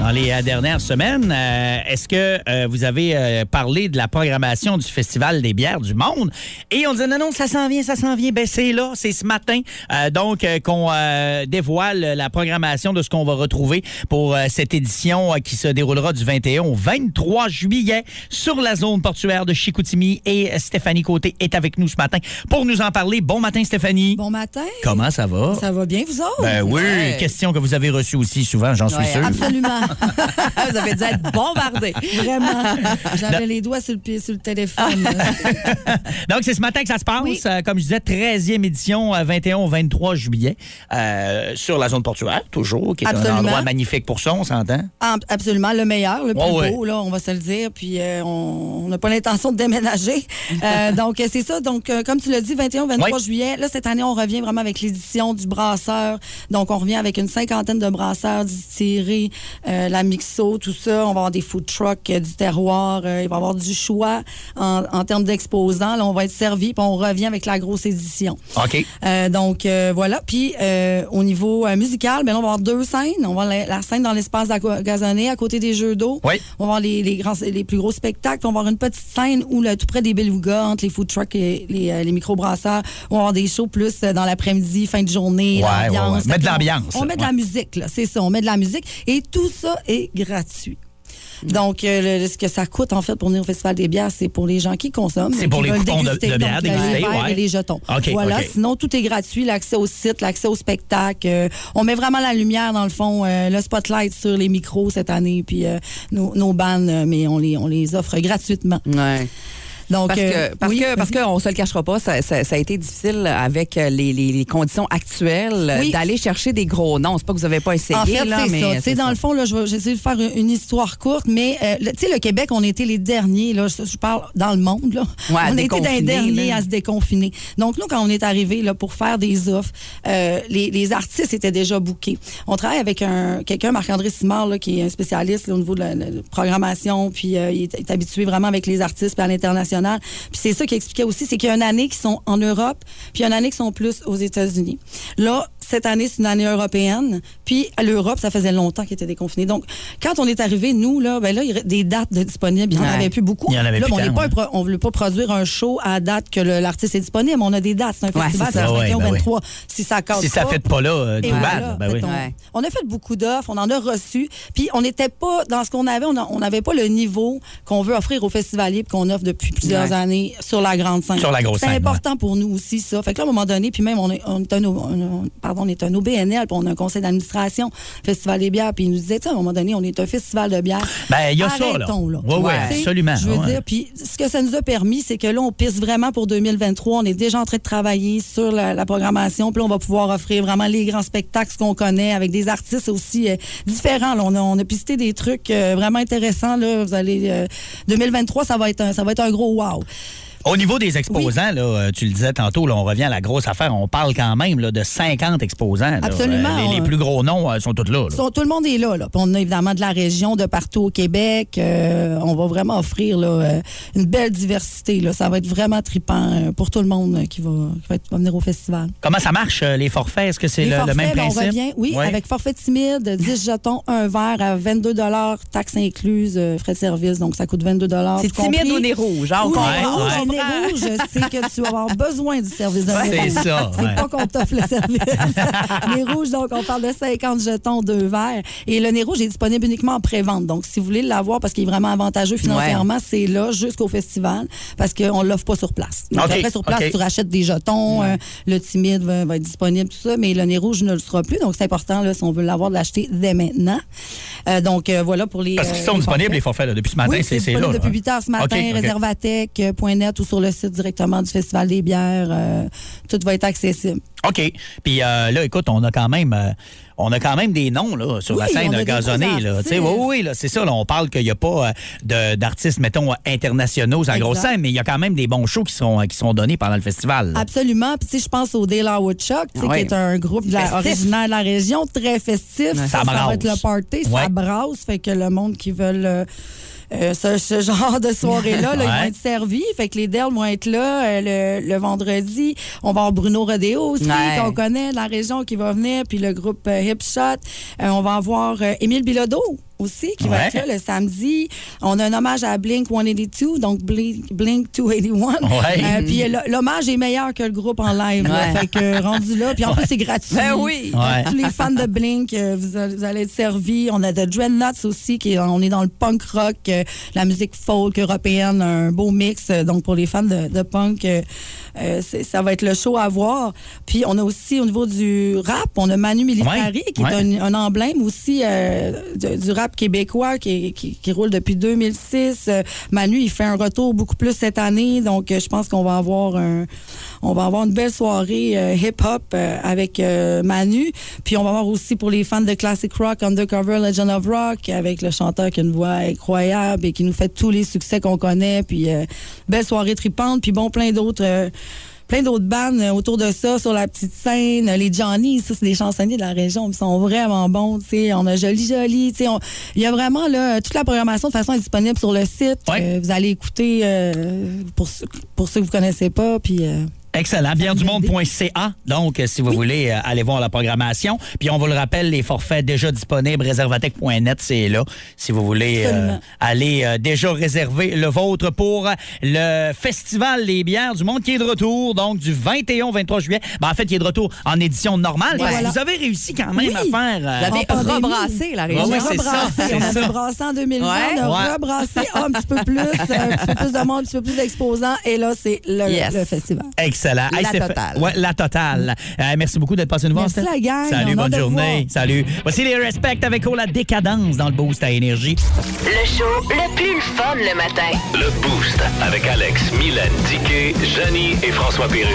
S3: Dans les euh, dernières semaines, euh, est-ce que euh, vous avez euh, parlé de la programmation du Festival des bières du monde? Et on disait, non, non, ça s'en vient, ça s'en vient. Ben, c'est là, c'est ce matin. euh, donc, euh, qu'on euh, dévoile la programmation de ce qu'on va retrouver pour euh, cette édition euh, qui se déroulera du 21 au 23 juillet sur la zone portuaire de Chicoutimi. Et euh, Stéphanie Côté est avec nous ce matin pour nous en parler. Bon matin, Stéphanie.
S15: Bon matin.
S3: Comment ça va?
S15: Ça va bien, vous autres?
S3: Ben oui,
S15: Ouais.
S3: question que vous avez reçue aussi souvent, j'en suis
S15: Ouais,
S3: sûr.
S15: Absolument.
S5: Vous avez dû être bombardé.
S15: Vraiment. J'avais les doigts sur le, pied, sur le téléphone. là.
S3: Donc, c'est ce matin que ça se passe. Euh, comme je disais, 13e édition, euh, 21 au 23 juillet, euh, sur la zone portuaire, toujours, qui est
S15: Absolument.
S3: un endroit magnifique pour ça, on s'entend.
S15: Ah, Absolument, le meilleur, le plus
S3: Ouais,
S15: beau,
S3: ouais.
S15: là, on va se le dire. Puis euh, on on n'a pas l'intention de déménager. Euh, donc, euh, c'est ça. Donc, euh, comme tu l'as dit, 21-23
S16: Ouais.
S15: juillet, là, cette année, on revient vraiment avec l'édition du brasseur. Donc, on revient avec une cinquantaine de brasseurs, distilleries, euh, la mixo, tout ça. On va avoir des food trucks, euh, du terroir. Euh, il va y avoir du choix en, en termes d'exposants. Là, on va être servi, puis on revient avec la grosse édition.
S3: OK.
S15: Euh, donc euh, voilà. Puis euh, au niveau euh, musical, ben là, on va avoir deux scènes. On va avoir la, la scène dans l'espace gazonné à côté des jeux d'eau.
S3: Oui.
S15: On va avoir les, les grands, les plus gros spectacles. Puis On va avoir une petite scène où là, tout près des belugas, entre les food trucks et les, euh, les microbrasseurs, on va avoir des shows plus euh, dans l'après-midi, fin de journée.
S3: Ouais,
S15: l'ambiance.
S3: ouais, ouais. Mettre de
S15: Fait qu'on-
S3: l'ambiance,
S15: On,
S3: là.
S15: met de la
S3: Ouais.
S15: musique, là. c'est ça. On met de la musique et tout ça est gratuit. Donc, euh, le- ce que ça coûte, en fait, pour venir au Festival des bières, c'est pour les gens qui consomment.
S3: C'est pour
S15: qui
S3: les
S15: veulent
S3: coupons de-
S15: déguster,
S3: de bière,
S15: donc, euh, les
S3: déguster,
S15: verres
S3: ouais.
S15: et les jetons.
S3: OK,
S15: voilà,
S3: OK.
S15: Sinon, tout est gratuit, l'accès au site, l'accès au spectacle. Euh, on met vraiment la lumière, dans le fond, euh, le spotlight sur les micros cette année, puis euh, nos, nos bannes, euh, mais on les, on les offre gratuitement. Donc,
S5: parce
S15: euh,
S5: que, parce
S15: oui,
S5: que, parce que on se le cachera pas, ça, ça- ça a été difficile avec les, les- les conditions actuelles
S15: Oui.
S5: d'aller chercher des gros noms. C'est pas que vous avez pas essayé
S15: En fait,
S5: là,
S15: c'est
S5: mais euh,
S15: ça. Tu sais,
S5: c'est
S15: dans
S5: ça.
S15: le fond, là, je vais j'essaie de faire une, une histoire courte, mais euh, le- tu sais, le Québec, on était les derniers. Là, je, je parle dans le monde. Là.
S5: Ouais, à
S15: on était
S5: déconfiner,
S15: les derniers
S5: là.
S15: à se déconfiner. Donc nous, quand on est arrivé là pour faire des offres, euh, les, les artistes étaient déjà bookés. On travaille avec un quelqu'un, Marc-André Simard, là, qui est un spécialiste là, au niveau de la, la- la programmation, puis euh, il, est, il est habitué vraiment avec les artistes puis à l'international nationale. Puis c'est ça qu'il expliquait aussi, c'est qu'il y a une année qui sont en Europe, puis il y a une année qui sont plus aux États-Unis. Là, cette année, c'est une année européenne. Puis à l'Europe, ça faisait longtemps qu'ils étaient déconfinés. Donc, quand on est arrivé, nous, là, ben là, il y a des dates de disponibles. Il n'y en
S3: Ouais.
S15: avait plus beaucoup.
S3: Il y en avait
S15: là,
S3: plus
S15: on
S3: tant,
S15: n'est pas
S3: ouais.
S15: un pro- on ne veut pas produire un show à date que le- l'artiste est disponible. On a des dates. C'est un
S3: Ouais,
S15: festival,
S3: c'est
S15: c'est
S3: ça.
S15: le
S3: Ah ouais,
S15: 21 au
S3: ben
S15: 23. Si ça casse
S3: Si ça
S15: pas,
S3: fait pas là, euh,
S15: et
S3: too
S15: voilà,
S3: bad, ben oui.
S15: fait, on-
S3: Ouais.
S15: On a fait beaucoup d'offres, on en a reçu. Puis on n'était pas dans ce qu'on avait. On a- on n'avait pas le niveau qu'on veut offrir aux festivaliers puis qu'on offre depuis plusieurs
S3: Ouais.
S15: années sur la grande scène.
S3: Sur la grosse
S15: C'est
S3: scène, ouais.
S15: important pour nous aussi, ça. Fait que là, à un moment donné, puis même, on est, on est un, O- on- on- pardon, on est un OBNL, puis on a un conseil d'administration, Festival des bières, puis ils nous disaient, tu sais, à un moment donné, on est un festival de bières.
S3: Ben, il y a ça, là.
S15: Arrêtons,
S3: Ouais, ouais,
S15: Tu sais,
S3: absolument,
S15: Je veux
S3: ouais.
S15: dire, puis ce que ça nous a permis, c'est que là, on pisse vraiment pour 2023. On est déjà en train de travailler sur la, la programmation, puis là, on va pouvoir offrir vraiment les grands spectacles qu'on connaît avec des artistes aussi euh, différents. Là, on, a, on a pisté des trucs euh, vraiment intéressants. Là. Vous allez, euh, 2023, ça va, être un, ça va être un gros wow.
S3: Au niveau des exposants, là, euh, tu le disais tantôt, là, on revient à la grosse affaire. On parle quand même là, de 50 exposants. là.
S15: Absolument,
S3: Euh, les- les,
S15: on-
S3: plus gros noms euh, sont tous là. là.
S15: Sont- tout le monde est là. là. Puis On a évidemment de la région, de partout au Québec. Euh, on va vraiment offrir là, euh, une belle diversité. Là. Ça va être vraiment tripant euh, pour tout le monde euh, qui va, qui va être- va venir au festival.
S3: Comment ça marche, euh, les forfaits? Est-ce que c'est
S15: Les
S3: le, le
S15: forfaits,
S3: même
S15: ben,
S3: principe?
S15: On revient, oui,
S3: Ouais.
S15: avec forfait timide, 10 jetons, un verre à 22 taxes incluses, euh, frais de service. Donc, ça coûte 22
S5: C'est timide au nez rouge, hein, on
S15: Oui,
S5: comprend,
S15: rouge,
S5: on
S15: au nez
S5: comprend.
S15: rouge, c'est que tu vas avoir besoin du service de nez
S5: C'est
S15: rouge.
S5: ça,
S15: C'est
S5: ouais.
S15: pas qu'on t'offre le service. nez rouge, donc, on parle de 50 jetons, deux verres. Et le nez rouge est disponible uniquement en pré-vente. Donc, si vous voulez l'avoir parce qu'il est vraiment avantageux financièrement, c'est là jusqu'au festival parce qu'on ne l'offre pas sur place. Donc,
S16: OK,
S15: après, sur place,
S16: OK.
S15: tu achète des jetons, euh, le timide va, va être disponible, tout ça, mais le nez rouge ne le sera plus. Donc, c'est important, là, si on veut l'avoir, de l'acheter dès maintenant. Euh, donc, euh, voilà pour les.
S3: Parce qu'ils
S15: euh,
S3: sont
S15: les
S3: disponibles,
S15: forfaits.
S3: les forfaits, là, depuis ce matin,
S15: Oui,
S3: c'est- c'est
S15: disponible
S3: là, là,
S15: Depuis
S3: hein.
S15: 8 heures ce matin,
S3: OK, OK.
S15: réservatech.net ou sur le site directement du Festival des bières. euh, tout va être accessible.
S3: OK. Puis euh, là, écoute, on a quand même euh, on a quand même des noms là, sur
S15: Oui,
S3: la scène
S15: on a des
S3: gazonnée.
S15: gros
S3: Là. Tu sais,
S15: artistes.
S3: Oui, oui, là, c'est ça. là, on parle qu'il n'y a pas euh, de- d'artistes, mettons, euh, internationaux à la grosse
S15: Exact.
S3: scène, mais il y a quand même des bons shows qui sont, qui sont donnés pendant le festival. là.
S15: Absolument. Puis, tu sais, je pense au Dale Woodchuck, tu
S3: Ah
S15: sais,
S3: ouais.
S15: qui est un groupe de la-
S3: Festif.
S15: originaire de la région, très festif.
S3: Ouais. Ça
S15: Ça, ça
S3: brasse.
S15: va être le party,
S3: Ouais.
S15: ça brasse. Fait que le monde qui veut euh, euh, ce, ce genre de soirée-là, là, ils
S16: Ouais.
S15: vont être servis. Fait que les Dells vont être là euh, le, le vendredi. On va avoir Bruno Rodeo aussi,
S16: Ouais.
S15: qu'on connaît, de la région qui va venir, puis le groupe euh, Hip Shot. Euh, on va avoir euh, Émile Bilodeau aussi, qui
S16: Ouais.
S15: va être là le samedi. On a un hommage à Blink 182, donc Blink, Blink 281.
S16: Ouais.
S15: Euh, puis euh, l'hommage est meilleur que le groupe en live. là.
S16: Ouais.
S15: Fait que euh, rendu là, puis en
S16: Ouais.
S15: plus c'est gratuit.
S16: Ben oui.
S15: Donc,
S16: Ouais.
S15: Tous les fans de Blink, euh, vous, allez- vous allez être servis. On a The Dreadnoughts aussi, qui est- on est dans le punk rock, euh, la musique folk européenne, un beau mix. Euh, Donc pour les fans de, de punk, euh, euh, c'est- ça va être le show à voir. Puis on a aussi au niveau du rap, on a Manu Militari,
S16: Ouais.
S15: qui
S16: Ouais.
S15: est un, un emblème aussi euh, de- du rap québécois qui, qui- qui roule depuis 2006. Euh, Manu, il fait un retour beaucoup plus cette année, donc euh, je pense qu'on va avoir un, on va avoir une belle soirée euh, hip-hop euh, avec euh, Manu. Puis on va avoir aussi pour les fans de classic rock, Undercover Legend of Rock, avec le chanteur qui a une voix incroyable et qui nous fait tous les succès qu'on connaît. Puis euh, belle soirée tripante, puis bon, plein d'autres. euh, plein d'autres bandes euh, autour de ça, sur la petite scène. Les Johnny, ça, c'est des chansonniers de la région. Ils sont vraiment bons. tu sais. On a Joli Joli. tu sais, on- Il y a vraiment là, toute la programmation de toute façon est disponible sur le site. Euh, vous allez écouter euh, pour, ceux- pour ceux que vous connaissez pas. Puis, euh,
S3: Excellent. Biendumonde.ca. Donc, euh, si vous voulez euh, aller voir la programmation. Puis, on vous le rappelle, les forfaits déjà disponibles, réservatech.net, c'est là. Si vous voulez euh,
S15: Absolument.
S3: aller euh, déjà réserver le vôtre pour euh, le Festival des bières du monde qui est de retour, donc du 21 au 23 juillet. Ben, en fait, il est de retour en édition normale.
S15: Ouais,
S3: Parce que
S15: voilà.
S3: Vous avez réussi quand même
S15: Oui.
S3: à faire...
S15: Vous avez En pandémie. rebrassé la région.
S3: Ah oui, c'est ça,
S15: Rebrassé,
S3: c'est
S15: on avait
S3: ça.
S15: brassé en 2020,
S3: Ouais.
S15: on
S3: Ouais.
S15: a rebrassé un petit peu plus, un petit peu plus de monde, un petit peu plus d'exposants. Et là, c'est le,
S3: Yes.
S15: le festival.
S3: Excellent.
S15: La
S3: Stéph-
S15: totale.
S3: Ouais, la totale. Euh, merci beaucoup d'être passé nous voir.
S15: Merci,
S3: Steph.
S15: la gang. On
S3: Salut,
S15: a
S3: bonne
S15: hâte de
S3: journée. Salut. Voici les respects avec oh, la décadence dans le boost à énergie.
S2: Le show le plus le fun le matin.
S1: Le Boost avec Alex, Mylène, Diquet, Janie et François Pérus.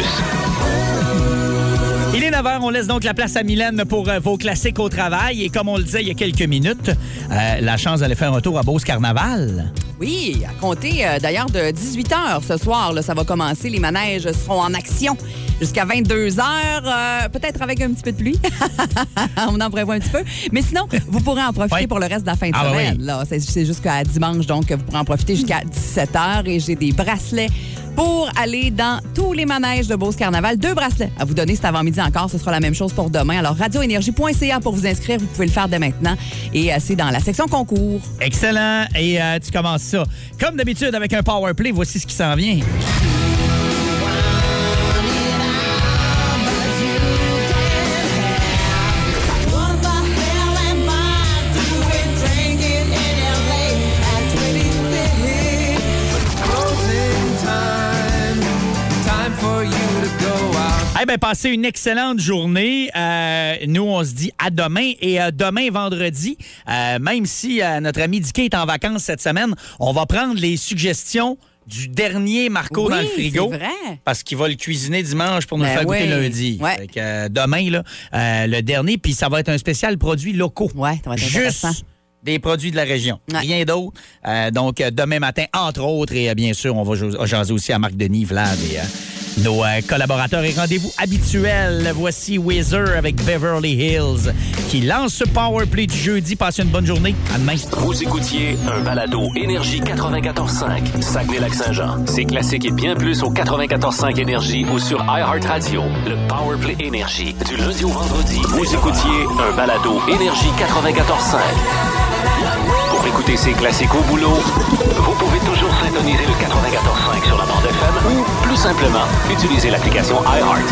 S3: Il est 9h, on laisse donc la place à Mylène pour euh, vos classiques au travail. Et comme on le disait il y a quelques minutes, euh, la chance d'aller faire un tour à Beauce Carnaval.
S5: Oui, à compter euh, d'ailleurs de 18 h ce soir, là, ça va commencer. Les manèges seront en action. jusqu'à 22 heures, euh, peut-être avec un petit peu de pluie. On en prévoit un petit peu. Mais sinon, vous pourrez en profiter pour le reste de la fin de
S16: Ah, bah
S5: semaine.
S16: oui.
S5: là. C'est- C'est jusqu'à dimanche, donc vous pourrez en profiter jusqu'à 17 heures. Et j'ai des bracelets pour aller dans tous les manèges de Beauce Carnaval. Deux bracelets à vous donner cet avant-midi encore. Ce sera la même chose pour demain. Alors, radioénergie.ca pour vous inscrire. Vous pouvez le faire dès maintenant. Et euh, c'est dans la section concours.
S3: Excellent. Et euh, tu commences ça. Comme d'habitude, avec un power play, voici ce qui s'en vient. Eh bien, passez une excellente journée. Euh, nous, on se dit à demain. Et euh, demain, vendredi, euh, même si euh, notre ami Dicky est en vacances cette semaine, on va prendre les suggestions du dernier Marco
S5: Oui,
S3: dans le frigo.
S5: c'est vrai.
S3: Parce qu'il va le cuisiner dimanche pour nous
S5: Ben
S3: le faire goûter
S5: oui.
S3: lundi.
S5: Ouais.
S3: Fait que, euh, demain, là, euh, le dernier, puis ça va être un spécial produits locaux.
S5: Ouais, ça va être
S3: Juste
S5: intéressant.
S3: des produits de la région. Rien d'autre. Euh, donc, euh, demain matin, entre autres, et euh, bien sûr, on va jo- jaser aussi à Marc Denis, Vlad et euh, nos euh, collaborateurs. Et rendez-vous habituel. Voici Weezer avec Beverly Hills qui lance ce Power Play du jeudi. Passez une bonne journée. À demain.
S1: Vous écoutiez un balado Énergie 94.5, Saguenay-Lac-Saint-Jean. C'est classique et bien plus au 94.5 Énergie ou sur iHeartRadio. Le Powerplay Énergie. Du lundi au vendredi, vous écoutiez un balado Énergie 94.5. Pour écouter ces classiques au boulot, vous pouvez toujours syntoniser le 94.5 sur la bande FM ou, plus simplement, utiliser l'application iHeart.